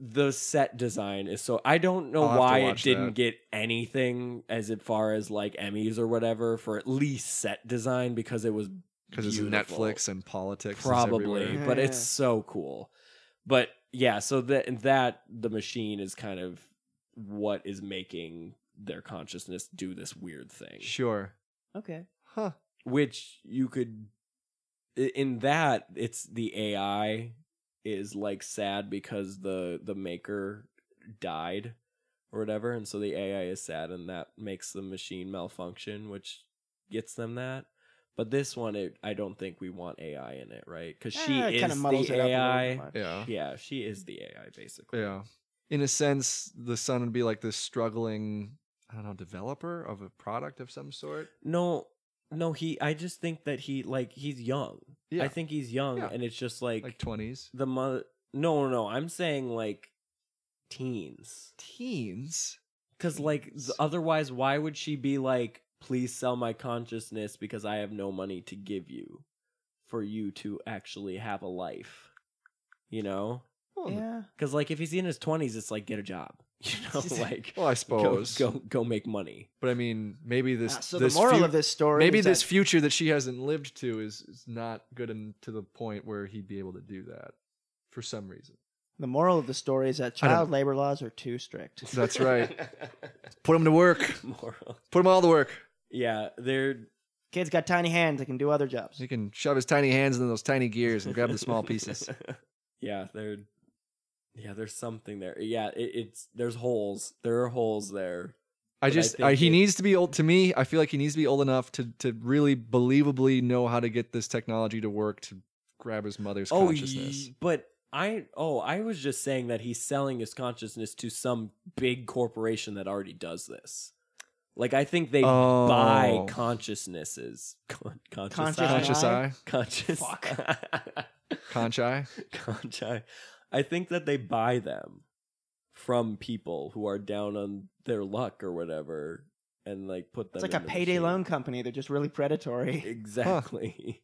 Speaker 1: the set design is so I don't know
Speaker 3: I'll have to
Speaker 1: why it
Speaker 3: watch
Speaker 1: didn't
Speaker 3: that.
Speaker 1: get anything as it far as like Emmys or whatever for at least set design because it was
Speaker 3: Yeah, because it's
Speaker 1: beautiful.
Speaker 3: Netflix and politics. is
Speaker 1: probably,
Speaker 3: everywhere.
Speaker 1: but
Speaker 2: Yeah.
Speaker 1: it's so cool. But yeah, so that that the machine is kind of what is making their consciousness do this weird thing
Speaker 3: sure.
Speaker 2: Okay.
Speaker 3: Huh.
Speaker 1: which you could i- in that it's the AI is like sad because the the maker died or whatever and so the AI is sad and that makes the machine malfunction which gets them that but this one it, I don't think we want AI in it right cuz she
Speaker 2: Eh, it kinda
Speaker 1: is
Speaker 2: muddles
Speaker 1: the
Speaker 2: it up a little
Speaker 1: AI
Speaker 2: bit much.
Speaker 3: Yeah.
Speaker 1: yeah she is the AI basically
Speaker 3: Yeah. In a sense, the son would be like this struggling. I don't know, developer of a product of some sort.
Speaker 1: No, no, he. I just think that he like he's young.
Speaker 3: Yeah.
Speaker 1: I think he's young,
Speaker 3: Yeah.
Speaker 1: and it's just like,
Speaker 3: Like 20s.
Speaker 1: the mother. No, no, no. I'm saying like teens,
Speaker 3: Teens.
Speaker 1: because like th-
Speaker 3: Teens.
Speaker 1: otherwise, why would she be like, please sell my consciousness because I have no money to give you, for you to actually have a life, you know?
Speaker 3: Well,
Speaker 2: Yeah.
Speaker 1: Because like if he's in his twenties, it's like get a job, you know, like
Speaker 3: well, I
Speaker 1: go,
Speaker 3: suppose.
Speaker 1: go go make money.
Speaker 3: But I mean, maybe this.
Speaker 2: Ah, so
Speaker 3: this
Speaker 2: the moral
Speaker 3: fu-
Speaker 2: of this story
Speaker 3: Maybe
Speaker 2: is
Speaker 3: this
Speaker 2: that-
Speaker 3: future that she hasn't lived to is, is not good en- to the point where he'd be able to do that for some reason.
Speaker 2: the moral of the story is that
Speaker 3: I don't-
Speaker 2: child labor laws are too strict.
Speaker 3: That's right. Put him to work.
Speaker 1: Moral.
Speaker 3: Put him all to work.
Speaker 1: Yeah, they're
Speaker 2: Kids got tiny hands; they can do other jobs.
Speaker 3: He can shove his tiny hands into those tiny gears and grab the small pieces.
Speaker 1: yeah, there. Yeah, there's something there. Yeah, it, it's there's holes. There are holes there. But
Speaker 3: I
Speaker 1: I
Speaker 3: just
Speaker 1: think
Speaker 3: I, he
Speaker 1: it-
Speaker 3: needs to be old to me. I feel like he needs to be old enough to to really believably know how to get this technology to work to grab his mother's consciousness.
Speaker 1: Oh, ye- but I oh I was just saying that he's selling his consciousness to some big corporation that already does this. Like I think they
Speaker 3: oh,
Speaker 1: buy consciousnesses. Con- conscious
Speaker 2: Conscious
Speaker 1: eye?
Speaker 3: conscious
Speaker 2: eye?
Speaker 3: eye,
Speaker 1: conscious
Speaker 2: Fuck.
Speaker 3: conch eye.
Speaker 1: Conch eye. I think that they buy them from people who are down on their luck or whatever, and like put them.
Speaker 2: It's like a
Speaker 1: in the
Speaker 2: payday
Speaker 1: machine.
Speaker 2: loan company; they're just really predatory.
Speaker 1: Exactly.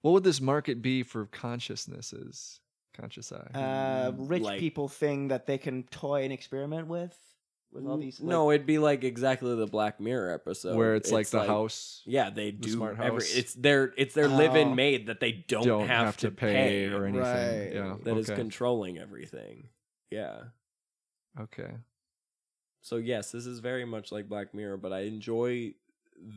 Speaker 3: What would this market be for consciousnesses? Conscious eye.
Speaker 2: Uh, rich
Speaker 1: Mm, Like-
Speaker 2: people thing that they can toy and experiment with. With all these, like-
Speaker 1: no, it'd be like exactly the Black Mirror episode
Speaker 3: where it's, like the house.
Speaker 1: Yeah, they do.
Speaker 3: smart
Speaker 1: every-
Speaker 3: house.
Speaker 1: it's their it's their
Speaker 2: Oh.
Speaker 1: live-in maid that they don't,
Speaker 3: Don't have, to pay, or anything.
Speaker 2: Right.
Speaker 3: Yeah.
Speaker 1: that is
Speaker 3: okay.
Speaker 1: controlling everything. Yeah.
Speaker 3: okay.
Speaker 1: So yes, this is very much like Black Mirror, but I enjoy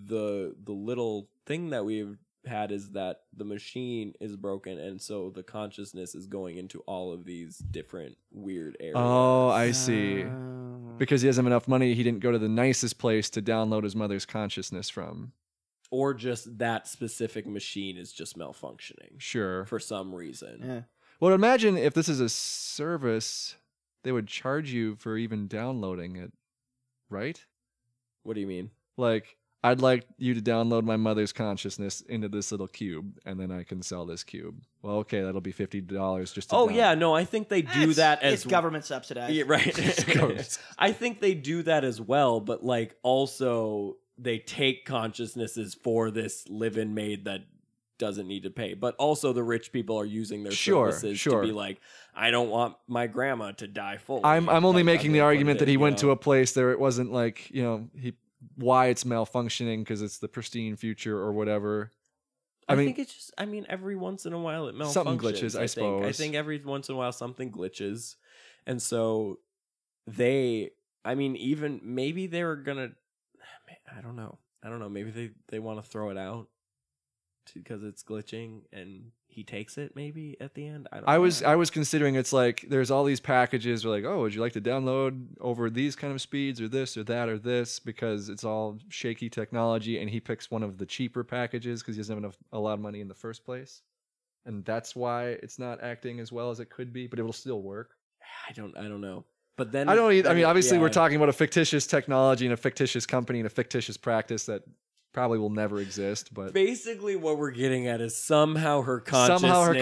Speaker 1: the the little thing that we've had is that the machine is broken and so the consciousness is going into all of these different weird areas.
Speaker 3: Oh, I see.
Speaker 2: Oh.
Speaker 3: Because he doesn't have enough money, he didn't go to the nicest place to download his mother's consciousness from.
Speaker 1: Or just that specific machine is just malfunctioning
Speaker 3: Sure.
Speaker 1: for some reason.
Speaker 2: Yeah.
Speaker 3: Well, imagine if this is a service, they would charge you for even downloading it, right?
Speaker 1: What do you mean?
Speaker 3: Like, I'd like you to download my mother's consciousness into this little cube, and then I can sell this cube. Well, okay, that'll be fifty dollars just. To
Speaker 1: Oh
Speaker 3: down-
Speaker 1: yeah, no, I think they do
Speaker 2: It's-
Speaker 1: that as
Speaker 2: it's government subsidized.
Speaker 1: Yeah,
Speaker 3: It's
Speaker 1: right.
Speaker 3: government.
Speaker 1: I think they do that as well, but like also they take consciousnesses for this live-in maid that doesn't need to pay. But also the rich people are using their
Speaker 3: Sure,
Speaker 1: services
Speaker 3: sure.
Speaker 1: to be like, I don't want my grandma to die full.
Speaker 3: I'm I'm only making the argument that he went to a place there it wasn't like you know he why it's malfunctioning because it's the pristine future or whatever.
Speaker 1: I,
Speaker 3: I mean-
Speaker 1: think it's just. I mean, every once in a while it malfunctions.
Speaker 3: Something glitches,
Speaker 1: think. I
Speaker 3: I suppose.
Speaker 1: think every once in a while something glitches, and so they. I mean, even maybe they were gonna. I don't know. I don't know. Maybe they they want to throw it out because it's glitching, and he takes it. Maybe at the end. I don't.
Speaker 3: I
Speaker 1: know.
Speaker 3: was I was considering it's like there's all these packages where like oh would you like to download over these kind of speeds or this or that or this because it's all shaky technology and he picks one of the cheaper packages because he doesn't have enough a lot of money in the first place and that's why it's not acting as well as it could be but it'll still work.
Speaker 1: I don't. I don't know. But then
Speaker 3: I don't. Either, I
Speaker 1: then-
Speaker 3: mean, obviously, we're
Speaker 1: yeah.
Speaker 3: talking about a fictitious technology and a fictitious company and a fictitious practice that probably will never exist. But
Speaker 1: Basically, what we're getting at is somehow her consciousness,
Speaker 3: somehow her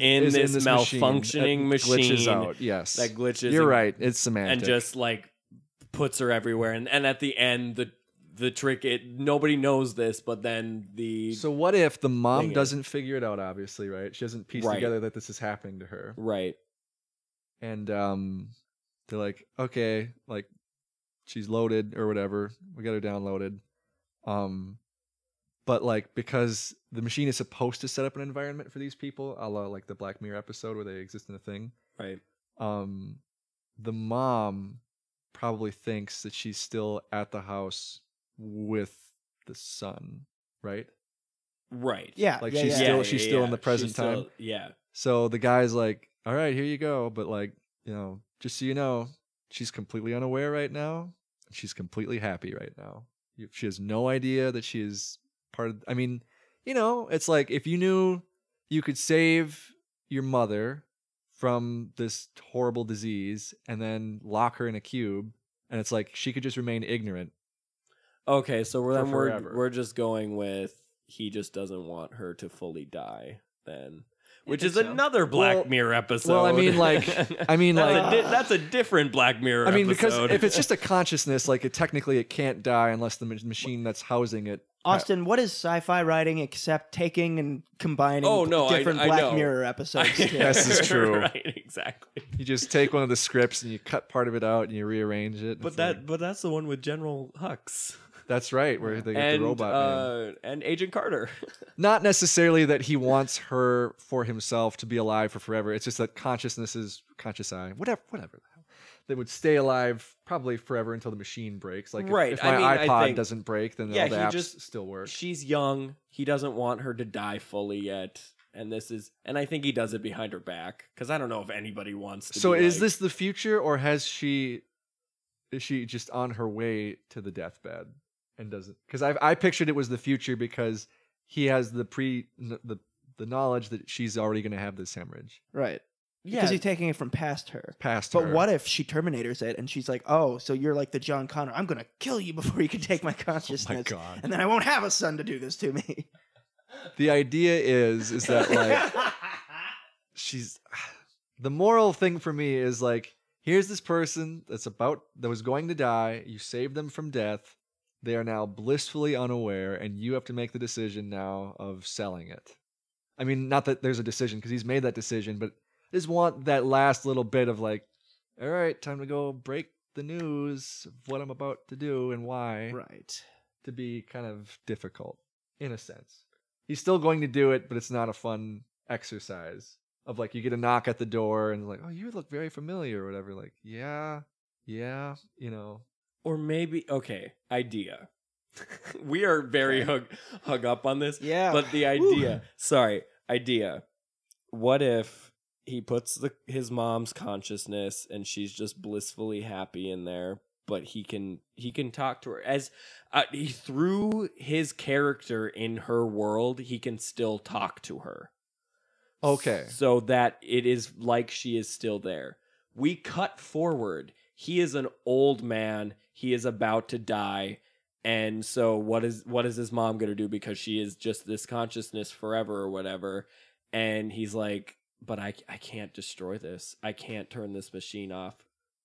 Speaker 1: is in this, malfunctioning
Speaker 3: machine.
Speaker 1: machine,
Speaker 3: that glitches out. Yes,
Speaker 1: that glitches.
Speaker 3: you're
Speaker 1: and-
Speaker 3: right. It's
Speaker 1: and
Speaker 3: semantic.
Speaker 1: just like puts her everywhere. And and at the end, the the trick it nobody knows this, but then the
Speaker 3: so what if the
Speaker 1: Thing
Speaker 3: mom
Speaker 1: is-
Speaker 3: doesn't figure it out? Obviously, right? She doesn't piece
Speaker 1: Right.
Speaker 3: together that this is happening to her,
Speaker 1: right
Speaker 3: and um, they're like, okay, like she's loaded or whatever. We got her downloaded. Um, but like because the machine is supposed to set up an environment for these people, a la like the Black Mirror episode where they exist in a thing.
Speaker 1: right
Speaker 3: Um, the mom probably thinks that she's still at the house with the son, right?
Speaker 1: right
Speaker 2: yeah,
Speaker 3: Like,
Speaker 2: yeah,
Speaker 3: she's
Speaker 2: yeah.
Speaker 3: still- she's still in the present
Speaker 1: She's still-
Speaker 3: time.
Speaker 1: yeah
Speaker 3: So the guy's like, "All right, here you go," but like, you know, just so you know, she's completely unaware right now. She's completely happy right now. You- She has no idea that she is part of. I mean, you know, it's like if you knew you could save your mother from this horrible disease and then lock her in a cube and it's like she could just remain ignorant.
Speaker 1: Okay, so we're,
Speaker 3: For
Speaker 1: then we're
Speaker 3: forever.
Speaker 1: we're just going with he just doesn't want her to fully die then,
Speaker 2: I
Speaker 1: which
Speaker 2: think
Speaker 1: is
Speaker 2: so.
Speaker 1: another Black
Speaker 3: Well-
Speaker 1: Mirror episode.
Speaker 3: Well, I mean, like, I mean,
Speaker 1: that's,
Speaker 3: like,
Speaker 1: a di- that's a different Black Mirror.
Speaker 3: I mean, because
Speaker 1: episode.
Speaker 3: if it's just a consciousness, like, it technically it can't die unless the ma- machine that's housing it.
Speaker 2: Austin, what is sci-fi writing except taking and combining
Speaker 1: Oh, no, I-
Speaker 2: different
Speaker 1: I
Speaker 2: Black
Speaker 1: know.
Speaker 2: Mirror episodes?
Speaker 1: I-
Speaker 2: too?
Speaker 3: Yes, it's true.
Speaker 1: right, exactly.
Speaker 3: You just take one of the scripts and you cut part of it out and you rearrange it. and
Speaker 1: But
Speaker 3: it's like-
Speaker 1: that but that's the one with General Hux
Speaker 3: that's right, where they get
Speaker 1: and
Speaker 3: the robot. man.
Speaker 1: uh, and Agent Carter.
Speaker 3: Not necessarily that he wants her for himself to be alive for forever. It's just that consciousness is conscious eye, whatever, whatever. the hell. They would stay alive probably forever until the machine breaks. Like if-
Speaker 1: Right,
Speaker 3: if,
Speaker 1: I
Speaker 3: my
Speaker 1: mean, I
Speaker 3: iPod
Speaker 1: think-
Speaker 3: doesn't break, then
Speaker 1: Yeah,
Speaker 3: all the
Speaker 1: he
Speaker 3: apps
Speaker 1: just-
Speaker 3: still work.
Speaker 1: She's young. He doesn't want her to die fully yet. And this is, and I think he does it behind her back because I don't know if anybody wants to.
Speaker 3: So
Speaker 1: be
Speaker 3: is
Speaker 1: like-
Speaker 3: this the future, or has she? Is she just on her way to the deathbed and doesn't? Because I I pictured it was the future because he has the pre n- the the knowledge that she's already going to have this hemorrhage
Speaker 2: right.
Speaker 1: Yeah,
Speaker 2: Because he's taking it from past her.
Speaker 3: past
Speaker 2: But
Speaker 3: her.
Speaker 2: what if she terminators it and she's like, "Oh, so you're like the John Connor? I'm gonna kill you before you can take my
Speaker 3: Oh my
Speaker 2: consciousness,
Speaker 3: god!
Speaker 2: and then I won't have a son to do this to me."
Speaker 3: The idea is is that like she's the moral thing for me is like here's this person that's about that was going to die you saved them from death they are now blissfully unaware and you have to make the decision now of selling it i mean not that there's a decision because he's made that decision but i just want that last little bit of like all right time to go break the news of what i'm about to do and why
Speaker 2: right.
Speaker 3: to be kind of difficult in a sense. He's still going to do it, but it's not a fun exercise of like you get a knock at the door and like, oh, you look very familiar or whatever. Like, yeah, yeah, you know.
Speaker 1: or maybe okay idea. we are very hug hug up on this,
Speaker 2: Yeah.
Speaker 1: but the idea. Sorry, idea. What if he puts the his mom's consciousness and she's just blissfully happy in there, but he can he can talk to her as uh, he, through his character in her world, he can still talk to her.
Speaker 3: Okay.
Speaker 1: So that it is like she is still there. We cut forward. He is an old man. He is about to die. And so what is what is his mom going to do because she is just this consciousness forever or whatever. And he's like, "But I I can't destroy this. I can't turn this machine off."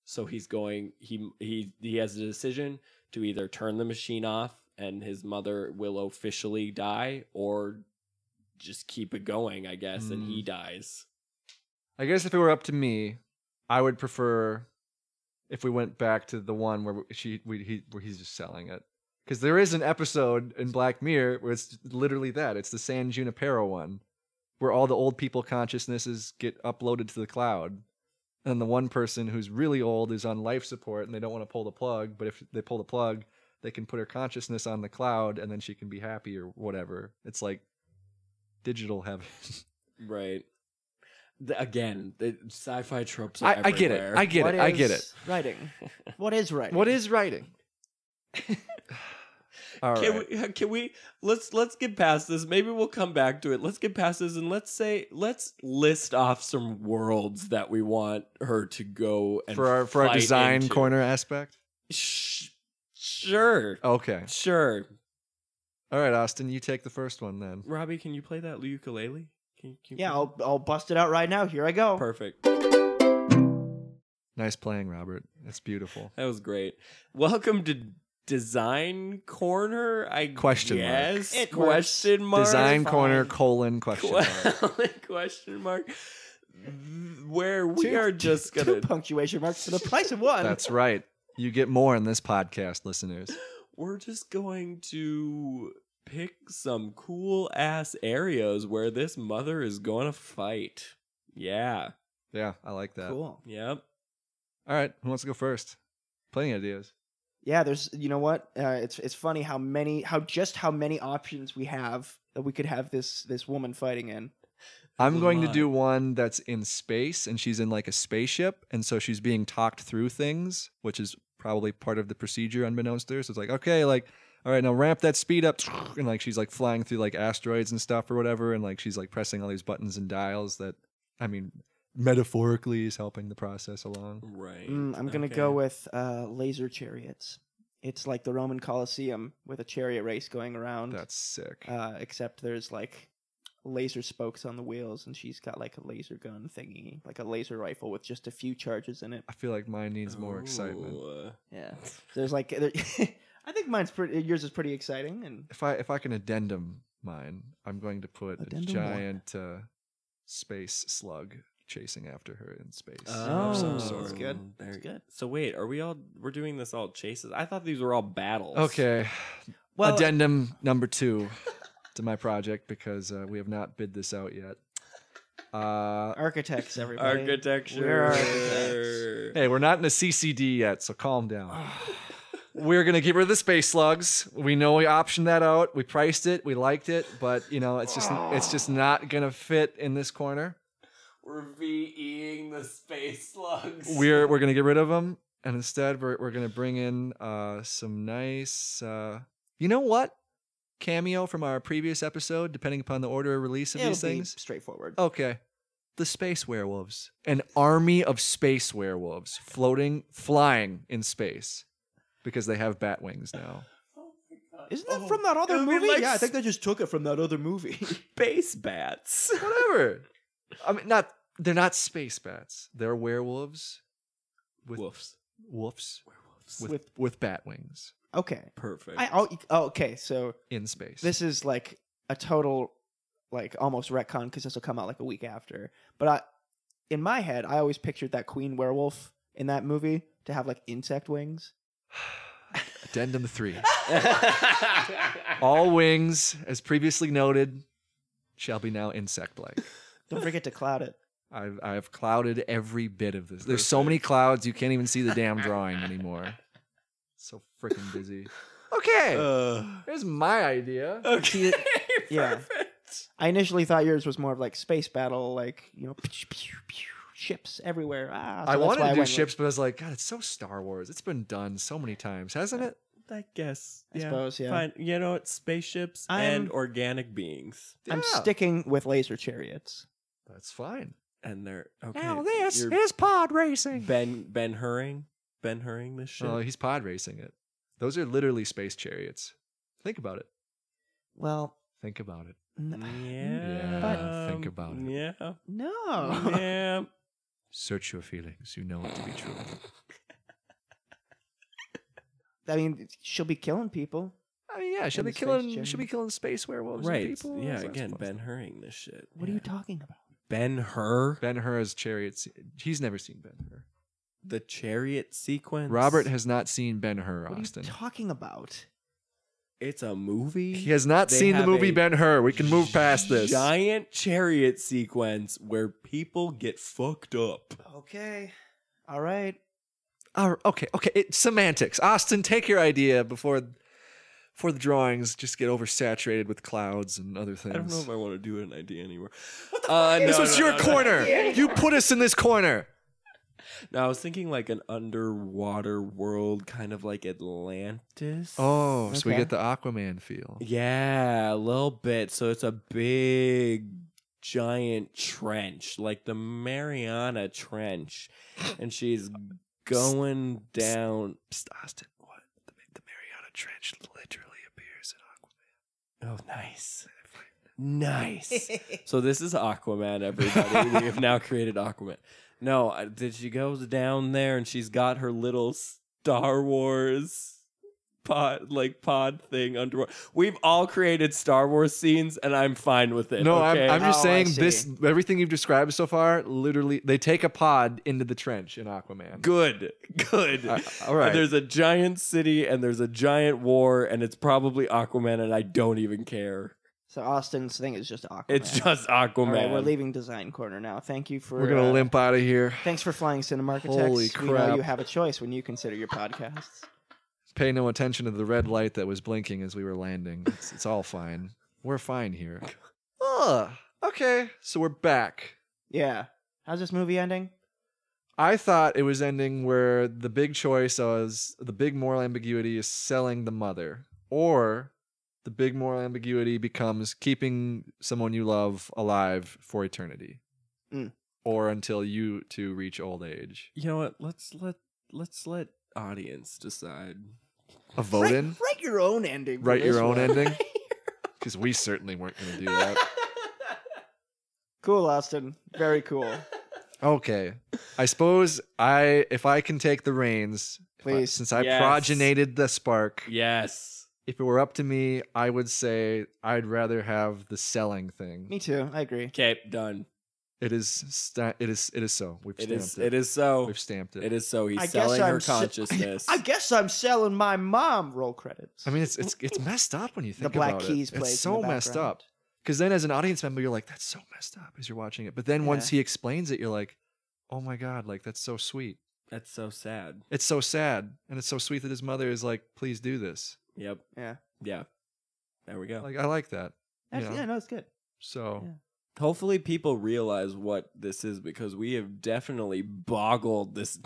Speaker 1: So he's going he he he has a decision to either turn the machine off and his mother will officially die or just keep it going, I guess, and
Speaker 3: Mm.
Speaker 1: he dies.
Speaker 3: I guess if it were up to me, I would prefer if we went back to the one where she we, he where he's just selling it. Because there is an episode in Black Mirror where it's literally that. It's the San Junipero one, where all the old people consciousnesses get uploaded to the cloud, and the one person who's really old is on life support and they don't want to pull the plug. But if they pull the plug, they can put her consciousness on the cloud and then she can be happy or whatever. It's like digital heaven.
Speaker 1: Right. The, again, the sci-fi tropes. Are
Speaker 3: I, I get it.
Speaker 1: everywhere.
Speaker 3: I get
Speaker 2: What
Speaker 3: it. I
Speaker 2: is
Speaker 3: get it.
Speaker 2: Writing. What is writing?
Speaker 3: What is writing? All right.
Speaker 1: can we? Can we? Let's let's get past this. Maybe we'll come back to it. Let's get past this and let's say let's list off some worlds that we want her to go and
Speaker 3: for our for our
Speaker 1: fight
Speaker 3: design
Speaker 1: into.
Speaker 3: corner aspect.
Speaker 1: Sh- sure,
Speaker 3: Okay.
Speaker 1: sure.
Speaker 3: All right, Austin, you take the first one then.
Speaker 1: Robbie, can you play that ukulele? Can, you- can you
Speaker 2: Yeah,
Speaker 1: play
Speaker 2: I'll I'll bust it out right now. Here I
Speaker 1: that?
Speaker 2: go.
Speaker 1: perfect.
Speaker 3: Nice playing, Robert. That's beautiful.
Speaker 1: That was great. Welcome to Design Corner. I
Speaker 3: Question mark.
Speaker 1: guess.
Speaker 2: It works.
Speaker 1: question mark.
Speaker 3: design
Speaker 2: fine.
Speaker 3: corner colon question
Speaker 1: Qu-
Speaker 3: mark.
Speaker 1: question mark. Where we
Speaker 2: Two-
Speaker 1: are just
Speaker 2: Two
Speaker 1: gonna
Speaker 2: punctuation marks for the price of one.
Speaker 3: That's right. You get more in this podcast, listeners.
Speaker 1: we're just going to pick some cool ass areas where this mother is going to fight. Yeah.
Speaker 3: Yeah, I like that.
Speaker 2: cool.
Speaker 1: Yep.
Speaker 3: All right, who wants to go first? Plenty of ideas.
Speaker 2: Yeah, there's you know what? Uh, it's it's funny how many how just how many options we have that we could have this this woman fighting in.
Speaker 3: I'm
Speaker 1: a
Speaker 3: going to
Speaker 1: lot.
Speaker 3: do one that's in space and she's in like a spaceship and so she's being talked through things, which is probably part of the procedure unbeknownst to her. So it's like, okay, like, all right, now ramp that speed up and like she's like flying through like asteroids and stuff or whatever, and like she's like pressing all these buttons and dials that I mean, metaphorically is helping the process along.
Speaker 1: Right.
Speaker 2: Mm, I'm gonna go with uh, laser chariots. It's like the Roman Colosseum with a chariot race going around.
Speaker 3: That's sick.
Speaker 2: uh, except there's like laser spokes on the wheels, and she's got like a laser gun thingy, like a laser rifle with just a few charges in it.
Speaker 3: I feel like mine needs
Speaker 1: Oh.
Speaker 3: more excitement.
Speaker 2: Yeah, there's like there, I think mine's pretty. Yours is pretty exciting, and
Speaker 3: If I if I can addendum mine, I'm going to put
Speaker 2: Addendum
Speaker 3: a
Speaker 2: one.
Speaker 3: giant uh, space slug chasing after her in space.
Speaker 2: Oh,
Speaker 3: of some
Speaker 2: that's
Speaker 3: sort.
Speaker 2: good.
Speaker 1: There-
Speaker 2: That's good.
Speaker 1: So wait, are we all we're doing this all chases? I thought these were all battles.
Speaker 3: Okay.
Speaker 2: well, uh,
Speaker 3: addendum number two to my project because uh, we have not bid this out yet. Uh,
Speaker 2: architects, everybody.
Speaker 1: Architecture.
Speaker 2: We're architects.
Speaker 3: hey, we're not in a CCD yet, so calm down. We're gonna get rid of the space slugs. We know we optioned that out. We priced it. We liked it, but you know, it's just it's just not gonna fit in this corner.
Speaker 1: We're VEing the space slugs.
Speaker 3: We're we're gonna get rid of them, and instead we're we're gonna bring in uh, some nice. Uh, you know what? Cameo from our previous episode, depending upon the order of release of
Speaker 2: It'll
Speaker 3: these
Speaker 2: be
Speaker 3: things.
Speaker 2: straightforward.
Speaker 1: Oh,
Speaker 3: Okay. The space werewolves. An army of space werewolves floating, flying in space because they have bat wings now.
Speaker 1: Oh
Speaker 2: Isn't that from that other
Speaker 1: it'll be
Speaker 2: movie?
Speaker 1: like
Speaker 2: yeah, I
Speaker 1: s-
Speaker 2: think they just took it from that other movie.
Speaker 1: space bats?
Speaker 3: Whatever. I mean, not they're not space bats. They're werewolves with
Speaker 1: Wolves.
Speaker 3: wolves
Speaker 1: Werewolves.
Speaker 3: with, with
Speaker 2: With-
Speaker 3: bat wings
Speaker 2: okay.
Speaker 1: Perfect.
Speaker 2: I oh, oh, okay. So
Speaker 3: in space.
Speaker 2: this is like a total, like almost retcon because this will come out like a week after. But I, in my head, I always pictured that queen werewolf in that movie to have like insect wings.
Speaker 3: Addendum three. All wings, as previously noted, shall be now insect-like.
Speaker 2: Don't forget to cloud it.
Speaker 3: I've I've clouded every bit of this. There's so many clouds you can't even see the damn drawing anymore. So freaking busy. Okay,
Speaker 1: Uh,
Speaker 3: here's my idea.
Speaker 1: okay.
Speaker 2: yeah.
Speaker 1: Perfect.
Speaker 2: I initially thought yours was more of like space battle, like you know, pew, pew, pew, ships everywhere. Ah, so
Speaker 3: I
Speaker 2: that's
Speaker 3: wanted
Speaker 2: why
Speaker 3: to
Speaker 2: went
Speaker 3: do
Speaker 2: with-
Speaker 3: ships, but I was like, God, it's so Star Wars. It's been done so many times, hasn't it?
Speaker 1: I guess.
Speaker 2: I
Speaker 1: yeah.
Speaker 2: suppose, yeah.
Speaker 1: Fine. You know, it's spaceships and
Speaker 2: I'm-
Speaker 1: organic beings.
Speaker 2: I'm
Speaker 3: Yeah.
Speaker 2: sticking with laser chariots.
Speaker 3: That's fine.
Speaker 1: And they're okay.
Speaker 3: Now this
Speaker 1: you're
Speaker 3: is pod racing.
Speaker 1: Ben Ben Hurring. Ben Hurring this shit.
Speaker 3: Oh, he's pod racing it. Those are literally space chariots. Think about it.
Speaker 2: Well,
Speaker 3: Think about it.
Speaker 2: n-
Speaker 3: Mm.
Speaker 1: yeah.
Speaker 3: But- think about it. Oh.
Speaker 1: Yeah.
Speaker 2: no.
Speaker 1: Yeah.
Speaker 3: Search your feelings. You know it to be true.
Speaker 2: I mean, she'll be killing people.
Speaker 3: I mean, yeah, she'll
Speaker 2: In
Speaker 3: be
Speaker 2: the space
Speaker 3: killing.
Speaker 2: journey.
Speaker 3: She'll be killing space werewolves. and
Speaker 1: Right.
Speaker 3: people.
Speaker 1: Yeah.
Speaker 3: That's
Speaker 1: Again,
Speaker 3: fun
Speaker 1: Ben Hurring this shit.
Speaker 2: What are you talking about?
Speaker 1: Ben Hur?
Speaker 3: Ben Hur's chariot. se- He's never seen Ben Hur.
Speaker 1: The chariot sequence.
Speaker 3: Robert has not seen Ben Hur,
Speaker 2: What are
Speaker 3: Austin.
Speaker 2: you talking about?
Speaker 1: It's a movie.
Speaker 3: He has not
Speaker 1: They
Speaker 3: seen the
Speaker 1: have
Speaker 3: movie
Speaker 1: a
Speaker 3: Ben Hur. We can move past this.
Speaker 1: Giant chariot sequence where people get fucked up.
Speaker 2: Okay. All right.
Speaker 3: Oh, okay, okay. It, semantics. Austin, take your idea before before the drawings just get oversaturated with clouds and other things.
Speaker 1: I don't know if I want to do an idea anymore.
Speaker 3: Uh,
Speaker 1: fuck?
Speaker 3: this
Speaker 1: No,
Speaker 3: was
Speaker 1: no,
Speaker 3: your
Speaker 1: no, no.
Speaker 3: corner. You put us in this corner.
Speaker 1: No, I was thinking like an underwater world, kind of like Atlantis.
Speaker 3: Oh, so we
Speaker 2: Okay.
Speaker 3: get the Aquaman feel.
Speaker 1: Yeah, a little bit. So it's a big, giant trench, like the Mariana Trench, and she's going down.
Speaker 3: Psst, Austin, what? The, the Mariana Trench literally appears in Aquaman.
Speaker 1: Oh, nice, nice. so this is Aquaman, everybody. we have now created Aquaman. No, I- did she goes down there and she's got her little Star Wars pod, like pod thing underwater. We've all created Star Wars scenes, and I'm fine with it.
Speaker 3: No,
Speaker 1: okay?
Speaker 3: I'm, I'm just
Speaker 2: Oh, I
Speaker 3: saying
Speaker 2: see.
Speaker 3: this. Everything you've described so far, literally, they take a pod into the trench in Aquaman.
Speaker 1: Good, good.
Speaker 3: Uh, all right.
Speaker 1: And there's a giant city and there's a giant war, and it's probably Aquaman, and I don't even care.
Speaker 2: So Austin's thing is just Aquaman.
Speaker 1: It's just
Speaker 2: All
Speaker 1: Aquaman.
Speaker 2: right, we're leaving design corner now. Thank you for
Speaker 3: We're gonna
Speaker 2: uh,
Speaker 3: limp out of here.
Speaker 2: Thanks for flying Cinema Architects.
Speaker 3: Holy
Speaker 2: We know
Speaker 3: crap.
Speaker 2: you have a choice when you consider your podcasts.
Speaker 3: Pay no attention to the red light that was blinking as we were landing. It's, it's all fine. We're fine here. Ugh. Okay, so we're back.
Speaker 2: Yeah. How's this movie ending?
Speaker 3: I thought it was ending where the big choice was the big moral ambiguity is selling the mother, or the big moral ambiguity becomes keeping someone you love alive for eternity,
Speaker 2: Mm.
Speaker 3: or until you two reach old age.
Speaker 1: You know what? Let's let let's let audience decide.
Speaker 3: A vote in?
Speaker 2: Write, write your own ending. for
Speaker 3: Write your
Speaker 2: this
Speaker 3: own
Speaker 2: one.
Speaker 3: ending? Because we certainly weren't going to do that.
Speaker 2: Cool, Austin. Very cool.
Speaker 3: Okay. I suppose I, if I can take the reins, if I-
Speaker 2: Please.
Speaker 3: since I
Speaker 1: Yes.
Speaker 3: progenated the spark,
Speaker 1: yes.
Speaker 3: if it were up to me, I would say I'd rather have the selling thing.
Speaker 2: Me too. I agree.
Speaker 1: Okay, done.
Speaker 3: It is, sta- it is, it is so. We've
Speaker 1: It
Speaker 3: stamped
Speaker 1: is.
Speaker 3: it.
Speaker 1: It is so.
Speaker 3: We've stamped it.
Speaker 1: It is so. He's
Speaker 2: I guess
Speaker 1: selling
Speaker 2: I'm
Speaker 1: her
Speaker 2: so-
Speaker 1: consciousness.
Speaker 2: I guess I'm selling my mom. Roll credits.
Speaker 3: I mean, it's it's it's messed up when you think
Speaker 2: the Black
Speaker 3: about
Speaker 2: Keys
Speaker 3: it.
Speaker 2: plays.
Speaker 3: It's so messed up because then as an audience member, you're like, "That's so messed up" as you're watching it. But then once he explains it, you're like, "Oh my god, like that's so sweet.
Speaker 1: That's so sad.
Speaker 3: It's so sad, and it's so sweet that his mother is like, please do this.'
Speaker 1: Yep.
Speaker 2: Yeah.
Speaker 1: Yeah. There we go.
Speaker 3: Like I like that. you
Speaker 2: Actually,
Speaker 3: know?
Speaker 2: yeah, no, it's good.
Speaker 3: So
Speaker 2: Yeah.
Speaker 1: Hopefully, people realize what this is because we have definitely boggled this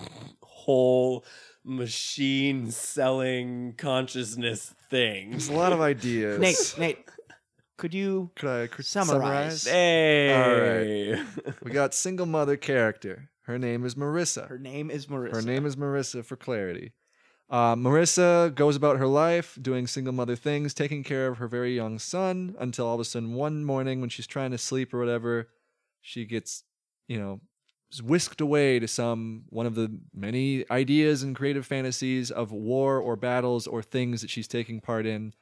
Speaker 1: whole machine selling consciousness thing.
Speaker 3: there's a lot of ideas.
Speaker 2: Nate, Nate, could you?
Speaker 3: could I cr-
Speaker 2: Summarize.
Speaker 3: summarize?
Speaker 1: Hey.
Speaker 3: We got single mother character. Her name is Marissa.
Speaker 2: Her name is Marissa.
Speaker 3: Her name is Marissa for clarity. Uh, Marissa goes about her life doing single mother things, taking care of her very young son until all of a sudden one morning when she's trying to sleep or whatever, she gets, you know, whisked away to some one of the many ideas and creative fantasies of war or battles or things that she's taking part in,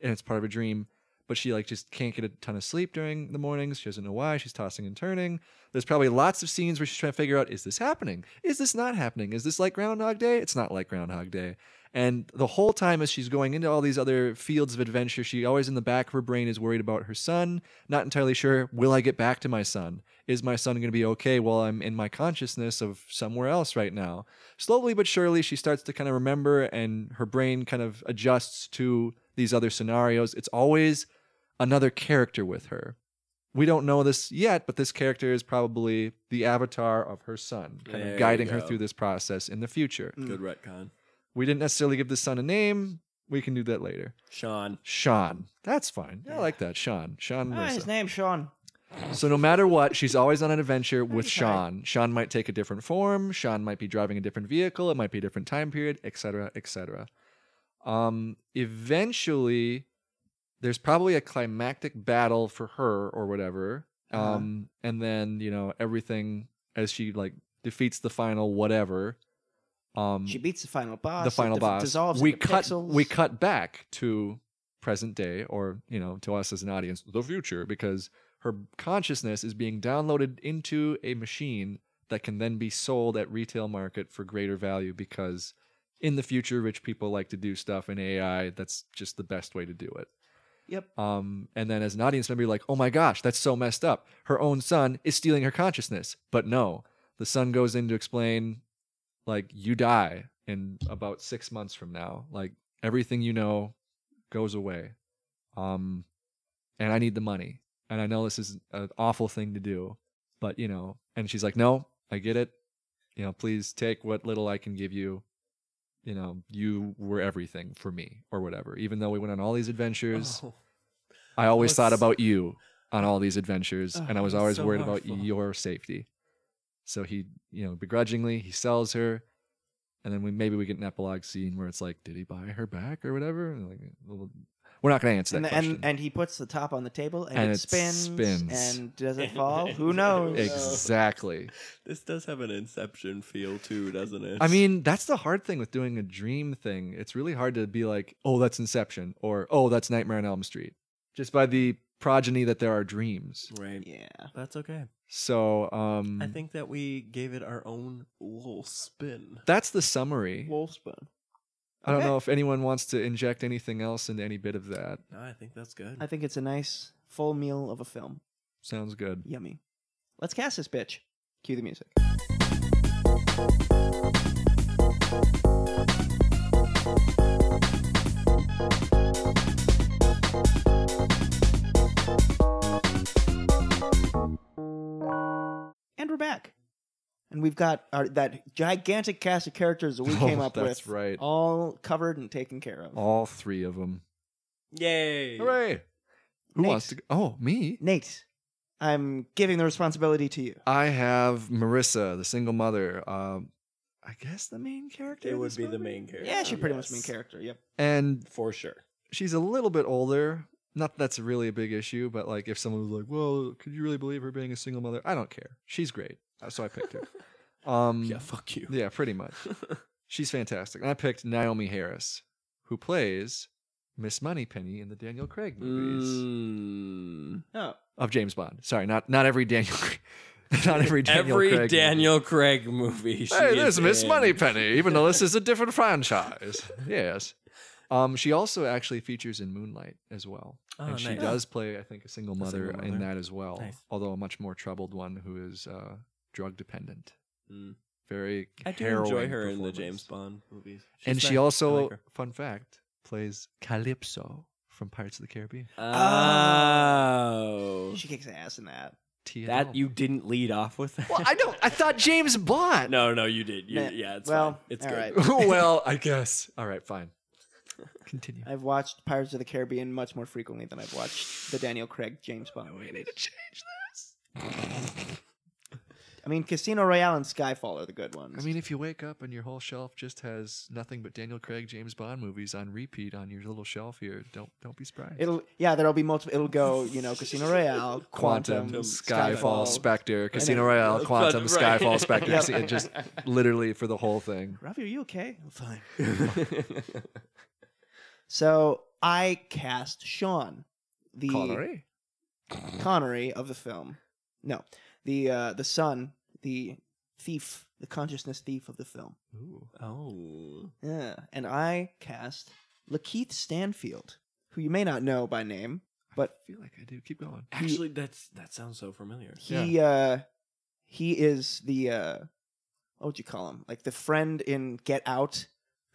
Speaker 3: and it's part of a dream. But she like just can't get a ton of sleep during the mornings. She doesn't know why. She's tossing and turning. There's probably lots of scenes where she's trying to figure out is this happening? Is this not happening? Is this like Groundhog Day? It's not like Groundhog Day. And the whole time as she's going into all these other fields of adventure, she always in the back of her brain is worried about her son, not entirely sure, will I get back to my son? Is my son going to be okay while I'm in my consciousness of somewhere else right now? Slowly but surely, she starts to kind of remember and her brain kind of adjusts to these other scenarios. It's always another character with her we don't know this yet, but this character is probably the avatar of her son, kind
Speaker 1: There
Speaker 3: of guiding
Speaker 1: you
Speaker 3: her
Speaker 1: go.
Speaker 3: through this process in the future.
Speaker 2: Mm.
Speaker 1: Good retcon.
Speaker 3: We didn't necessarily give this son a name. We can do that later.
Speaker 1: Sean.
Speaker 3: Sean. That's fine. I
Speaker 2: Yeah.
Speaker 3: like that. Sean. Sean
Speaker 2: Ah,
Speaker 3: Marissa.
Speaker 2: his name's Sean.
Speaker 3: So no matter what, she's always on an adventure with
Speaker 2: Okay.
Speaker 3: Sean. Sean might take a different form. Sean might be driving a different vehicle. It might be a different time period, etc., etc. Um, eventually, there's probably a climactic battle for her or whatever. Um, and then you know everything as she like defeats the final whatever. Um,
Speaker 2: She beats the final boss.
Speaker 3: the final
Speaker 2: it dif-
Speaker 3: boss.
Speaker 2: dissolves.
Speaker 3: we
Speaker 2: into
Speaker 3: cut
Speaker 2: pixels.
Speaker 3: we cut back to present day, or you know, to us as an audience, the future, because her consciousness is being downloaded into a machine that can then be sold at retail market for greater value because in the future rich people like to do stuff in AI that's just the best way to do it.
Speaker 2: Yep.
Speaker 3: Um, and then as an audience member, you're like, oh my gosh, that's so messed up. Her own son is stealing her consciousness. But no, the son goes in to explain, like, you die in about six months from now. Like, everything you know goes away. Um, and I need the money. And I know this is an awful thing to do, but you know, and she's like, no, I get it. You know, please take what little I can give you. You know, you were everything for me or whatever. Even though we went on all these adventures,
Speaker 1: Oh,
Speaker 3: I always
Speaker 1: What's-
Speaker 3: thought about you on all these adventures,
Speaker 1: Oh,
Speaker 3: and I was
Speaker 1: that's
Speaker 3: always
Speaker 1: so
Speaker 3: worried
Speaker 1: hurtful.
Speaker 3: about your safety. So he, you know, begrudgingly he sells her, and then we maybe we get an epilogue scene where it's like, did he buy her back or whatever? And like, well, we're not going to answer
Speaker 2: And,
Speaker 3: that
Speaker 2: the-
Speaker 3: question.
Speaker 2: and and he puts the top on the table and,
Speaker 3: And
Speaker 2: it,
Speaker 3: it
Speaker 2: spins,
Speaker 3: spins.
Speaker 2: and does it
Speaker 1: And
Speaker 2: fall?
Speaker 1: then-
Speaker 2: Who knows?
Speaker 3: exactly.
Speaker 1: this does have an Inception feel too, doesn't it?
Speaker 3: I mean, that's the hard thing with doing a dream thing. It's really hard to be like, oh, that's Inception, or oh, that's Nightmare on Elm Street, just by the progeny that there are dreams.
Speaker 1: right.
Speaker 2: Yeah.
Speaker 1: That's okay.
Speaker 3: So, um,
Speaker 1: I think that we gave it our own little spin.
Speaker 3: that's the summary.
Speaker 2: Wolfsbone.
Speaker 3: I don't
Speaker 2: Okay.
Speaker 3: know if anyone wants to inject anything else into any bit of that.
Speaker 1: No, I think that's good.
Speaker 2: I think it's a nice full meal of a film.
Speaker 3: Sounds good.
Speaker 2: Yummy. Let's cast this bitch. Cue the music. And we're back. And we've got our, that gigantic cast of characters that we
Speaker 3: Oh,
Speaker 2: came up with.
Speaker 3: that's right.
Speaker 2: All covered and taken care of.
Speaker 3: All three of them.
Speaker 1: Yay!
Speaker 3: Hooray! Who wants to?
Speaker 2: Nate.
Speaker 3: Oh, me.
Speaker 2: Nate, I'm giving the responsibility to you.
Speaker 3: I have Marissa, the single mother. Um, I guess the main character.
Speaker 1: It
Speaker 3: of
Speaker 1: would
Speaker 3: this
Speaker 1: be the
Speaker 3: movie?
Speaker 1: main character.
Speaker 2: Yeah, she pretty much
Speaker 1: yes.
Speaker 2: main character. Yep.
Speaker 3: And
Speaker 1: For sure.
Speaker 3: she's a little bit older. Not that that's really a big issue, but like if someone was like, "Well, could you really believe her being a single mother?" I don't care. She's great, Uh, so I picked her. Um,
Speaker 1: Yeah, fuck you.
Speaker 3: yeah, pretty much. She's fantastic. And I picked Naomi Harris, who plays Miss Moneypenny in the Daniel Craig movies
Speaker 1: Mm.
Speaker 2: Oh,
Speaker 3: of James Bond. Sorry, not not every Daniel, not every Daniel.
Speaker 1: Every
Speaker 3: Craig movie.
Speaker 1: Daniel Craig movie. she
Speaker 3: Hey,
Speaker 1: is
Speaker 3: there's Miss
Speaker 1: in. Oh,
Speaker 3: Moneypenny, even though this is a different franchise. Yes. Um, she also actually features in Moonlight as well.
Speaker 1: Oh,
Speaker 3: and she
Speaker 1: nice.
Speaker 3: does play, I think, a single mother,
Speaker 1: single
Speaker 3: in
Speaker 1: mother.
Speaker 3: that as well,
Speaker 1: Nice.
Speaker 3: although a much more troubled one who is uh, drug dependent.
Speaker 1: Mm.
Speaker 3: Very
Speaker 1: I do enjoy
Speaker 3: harrowing
Speaker 1: her in the
Speaker 3: performance.
Speaker 1: James Bond movies.
Speaker 3: and
Speaker 1: She's
Speaker 3: she
Speaker 1: nice. I
Speaker 3: also,
Speaker 1: like her.
Speaker 3: fun fact, plays Calypso from Pirates of the Caribbean.
Speaker 1: Oh.
Speaker 2: she kicks ass in that.
Speaker 3: TL.
Speaker 1: That you didn't lead off with that?
Speaker 3: Well, I don't. I thought James Bond.
Speaker 1: No, no, you did. You,
Speaker 2: Nah,
Speaker 1: yeah, it's
Speaker 2: well,
Speaker 1: fine. It's
Speaker 2: all
Speaker 1: good.
Speaker 2: right.
Speaker 3: well, I guess. All right, fine. Continue.
Speaker 2: I've watched Pirates of the Caribbean much more frequently than I've watched the Daniel Craig James Bond.
Speaker 3: We need to change this.
Speaker 2: I mean, Casino Royale and Skyfall are the good ones.
Speaker 3: I mean, if you wake up and your whole shelf just has nothing but Daniel Craig James Bond movies on repeat on your little shelf here, don't don't be surprised.
Speaker 2: it'll yeah, there'll be multiple. It'll go, you know, Casino Royale, Quantum,
Speaker 3: Skyfall, Spectre, Casino
Speaker 2: then-
Speaker 3: Royale,
Speaker 1: Fun-
Speaker 3: Quantum,
Speaker 1: right.
Speaker 3: Skyfall, Spectre.
Speaker 2: Yep.
Speaker 3: See, it just literally for the whole thing.
Speaker 2: Robbie, are you okay? I'm fine.
Speaker 1: Spectre.
Speaker 2: So I cast Sean, the
Speaker 3: Connery.
Speaker 2: Connery of the film. No, the uh, the son, the thief, the consciousness thief of the film.
Speaker 3: Ooh.
Speaker 1: oh.
Speaker 2: Yeah, and I cast Lakeith Stanfield, who you may not know by name, but
Speaker 3: I feel like I do. Keep going.
Speaker 1: Actually, that's that sounds so familiar.
Speaker 2: he uh, he is the uh, what would you call him? Like the friend in Get Out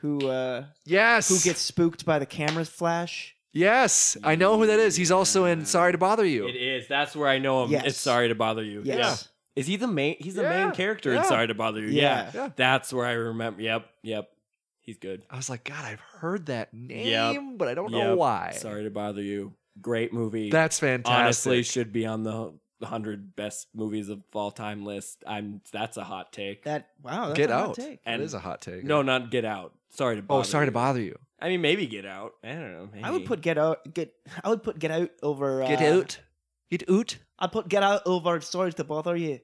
Speaker 2: who uh,
Speaker 3: Yes.
Speaker 2: who gets spooked by the camera flash.
Speaker 3: Yes, I know who that is. He's also in
Speaker 1: Yeah.
Speaker 3: Sorry to Bother You.
Speaker 1: It is. That's where I know him.
Speaker 2: Yes.
Speaker 1: It's sorry to bother you.
Speaker 2: Yes.
Speaker 1: Yeah. Is he the main? He's the
Speaker 3: Yeah.
Speaker 1: main character.
Speaker 3: Yeah.
Speaker 1: in Sorry to bother you. Yeah.
Speaker 2: Yeah.
Speaker 3: Yeah.
Speaker 1: That's where I remember. Yep. Yep. He's good.
Speaker 3: I was like, God, I've heard that name,
Speaker 1: Yep.
Speaker 3: but I don't know
Speaker 1: Yep.
Speaker 3: why.
Speaker 1: Sorry to bother you. Great movie.
Speaker 3: That's fantastic.
Speaker 1: honestly should be on the hundred best movies of all time list. I'm. That's a hot take.
Speaker 2: That wow, that's
Speaker 3: Get
Speaker 2: a hot
Speaker 3: out.
Speaker 2: take.
Speaker 3: That
Speaker 1: And-
Speaker 3: is a hot take.
Speaker 1: no, not Get Out. Sorry to bother.
Speaker 3: Oh, sorry
Speaker 1: You.
Speaker 3: to bother you.
Speaker 1: I mean, maybe Get Out. I don't know.
Speaker 2: I would
Speaker 1: maybe.
Speaker 2: put Get Out. Get I would put Get Out over. Uh,
Speaker 3: Get out.
Speaker 2: I put Get Out over. Sorry to bother you.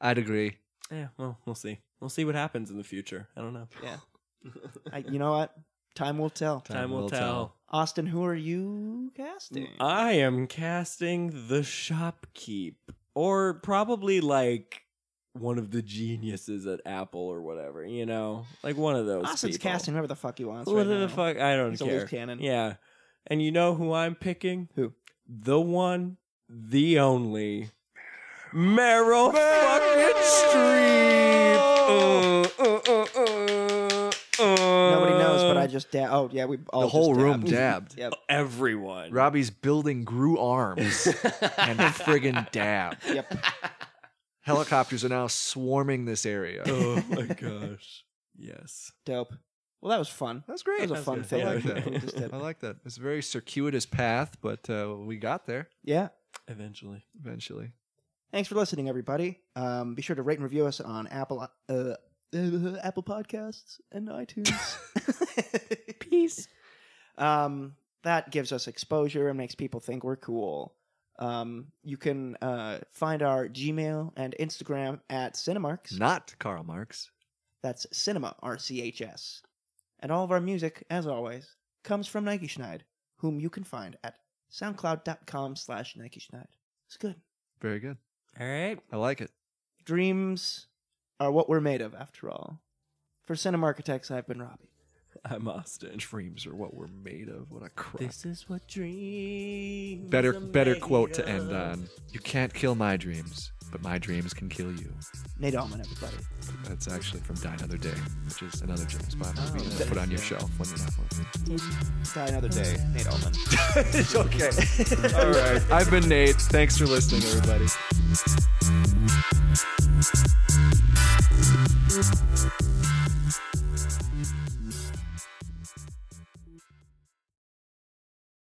Speaker 3: I'd agree.
Speaker 1: Yeah. Well, we'll see. We'll see what happens in the future. I don't know.
Speaker 2: Yeah. I, you know what? Time will tell.
Speaker 1: Time, will tell.
Speaker 2: Austin, who are you casting?
Speaker 1: I am casting the shopkeep, or probably like one of the geniuses at Apple or whatever. You know, like one of those.
Speaker 2: Austin's
Speaker 1: people.
Speaker 2: casting whoever the fuck he wants.
Speaker 1: What
Speaker 2: right
Speaker 1: the
Speaker 2: now.
Speaker 1: fuck? I don't
Speaker 2: He's a
Speaker 1: care.
Speaker 2: loose cannon.
Speaker 1: Yeah, and you know who I'm picking?
Speaker 2: Who?
Speaker 1: The one, the only. Meryl
Speaker 3: Meryl
Speaker 1: fucking Streep. Uh, uh, uh, uh,
Speaker 2: Nobody knows, but I just dab. Oh yeah, we all
Speaker 3: the
Speaker 2: just
Speaker 3: whole room
Speaker 2: dabbed.
Speaker 3: dabbed.
Speaker 2: yep.
Speaker 1: everyone.
Speaker 3: Robbie's building grew arms and friggin' dabbed.
Speaker 2: Yep.
Speaker 3: Helicopters are now swarming this area.
Speaker 1: oh my gosh. Yes.
Speaker 2: Dope. Well, that was fun.
Speaker 3: That's great.
Speaker 2: That was a
Speaker 1: That's
Speaker 2: fun
Speaker 1: good.
Speaker 2: thing.
Speaker 3: I like
Speaker 2: that we
Speaker 1: Yeah.
Speaker 2: just did.
Speaker 3: I like that. It's a very circuitous path, but uh, we got there
Speaker 2: Yeah.
Speaker 1: Eventually.
Speaker 3: eventually.
Speaker 2: Thanks for listening, everybody. Um, be sure to rate and review us on Apple uh, uh, Apple Podcasts and iTunes. Peace. Um, that gives us exposure and makes people think we're cool. Um, you can uh, find our Gmail and Instagram at Cinemarks.
Speaker 3: Not Karl Marx.
Speaker 2: That's Cinema RCHS. And all of our music, as always, comes from Nike Schneid, whom you can find at soundcloud.com slash Nike Schneid. It's good.
Speaker 3: Very good.
Speaker 1: All right.
Speaker 3: I like it.
Speaker 2: Dreams are what we're made of, after all. For Cinema Architects, I've been Robbie.
Speaker 1: I'm Austin.
Speaker 3: Dreams are what we're made of. What a crap.
Speaker 1: This is what dreams.
Speaker 3: better
Speaker 1: are
Speaker 3: better
Speaker 1: made
Speaker 3: quote to
Speaker 1: of.
Speaker 3: end uh, on. You can't kill my dreams, but my dreams can kill you.
Speaker 2: Nate Allman, everybody.
Speaker 3: That's actually from Die Another Day, which is another James Bond movie to put on your shelf when you're not looking.
Speaker 2: Die another day, Nate Allman.
Speaker 3: it's okay. All right. I've been Nate. Thanks for listening, everybody.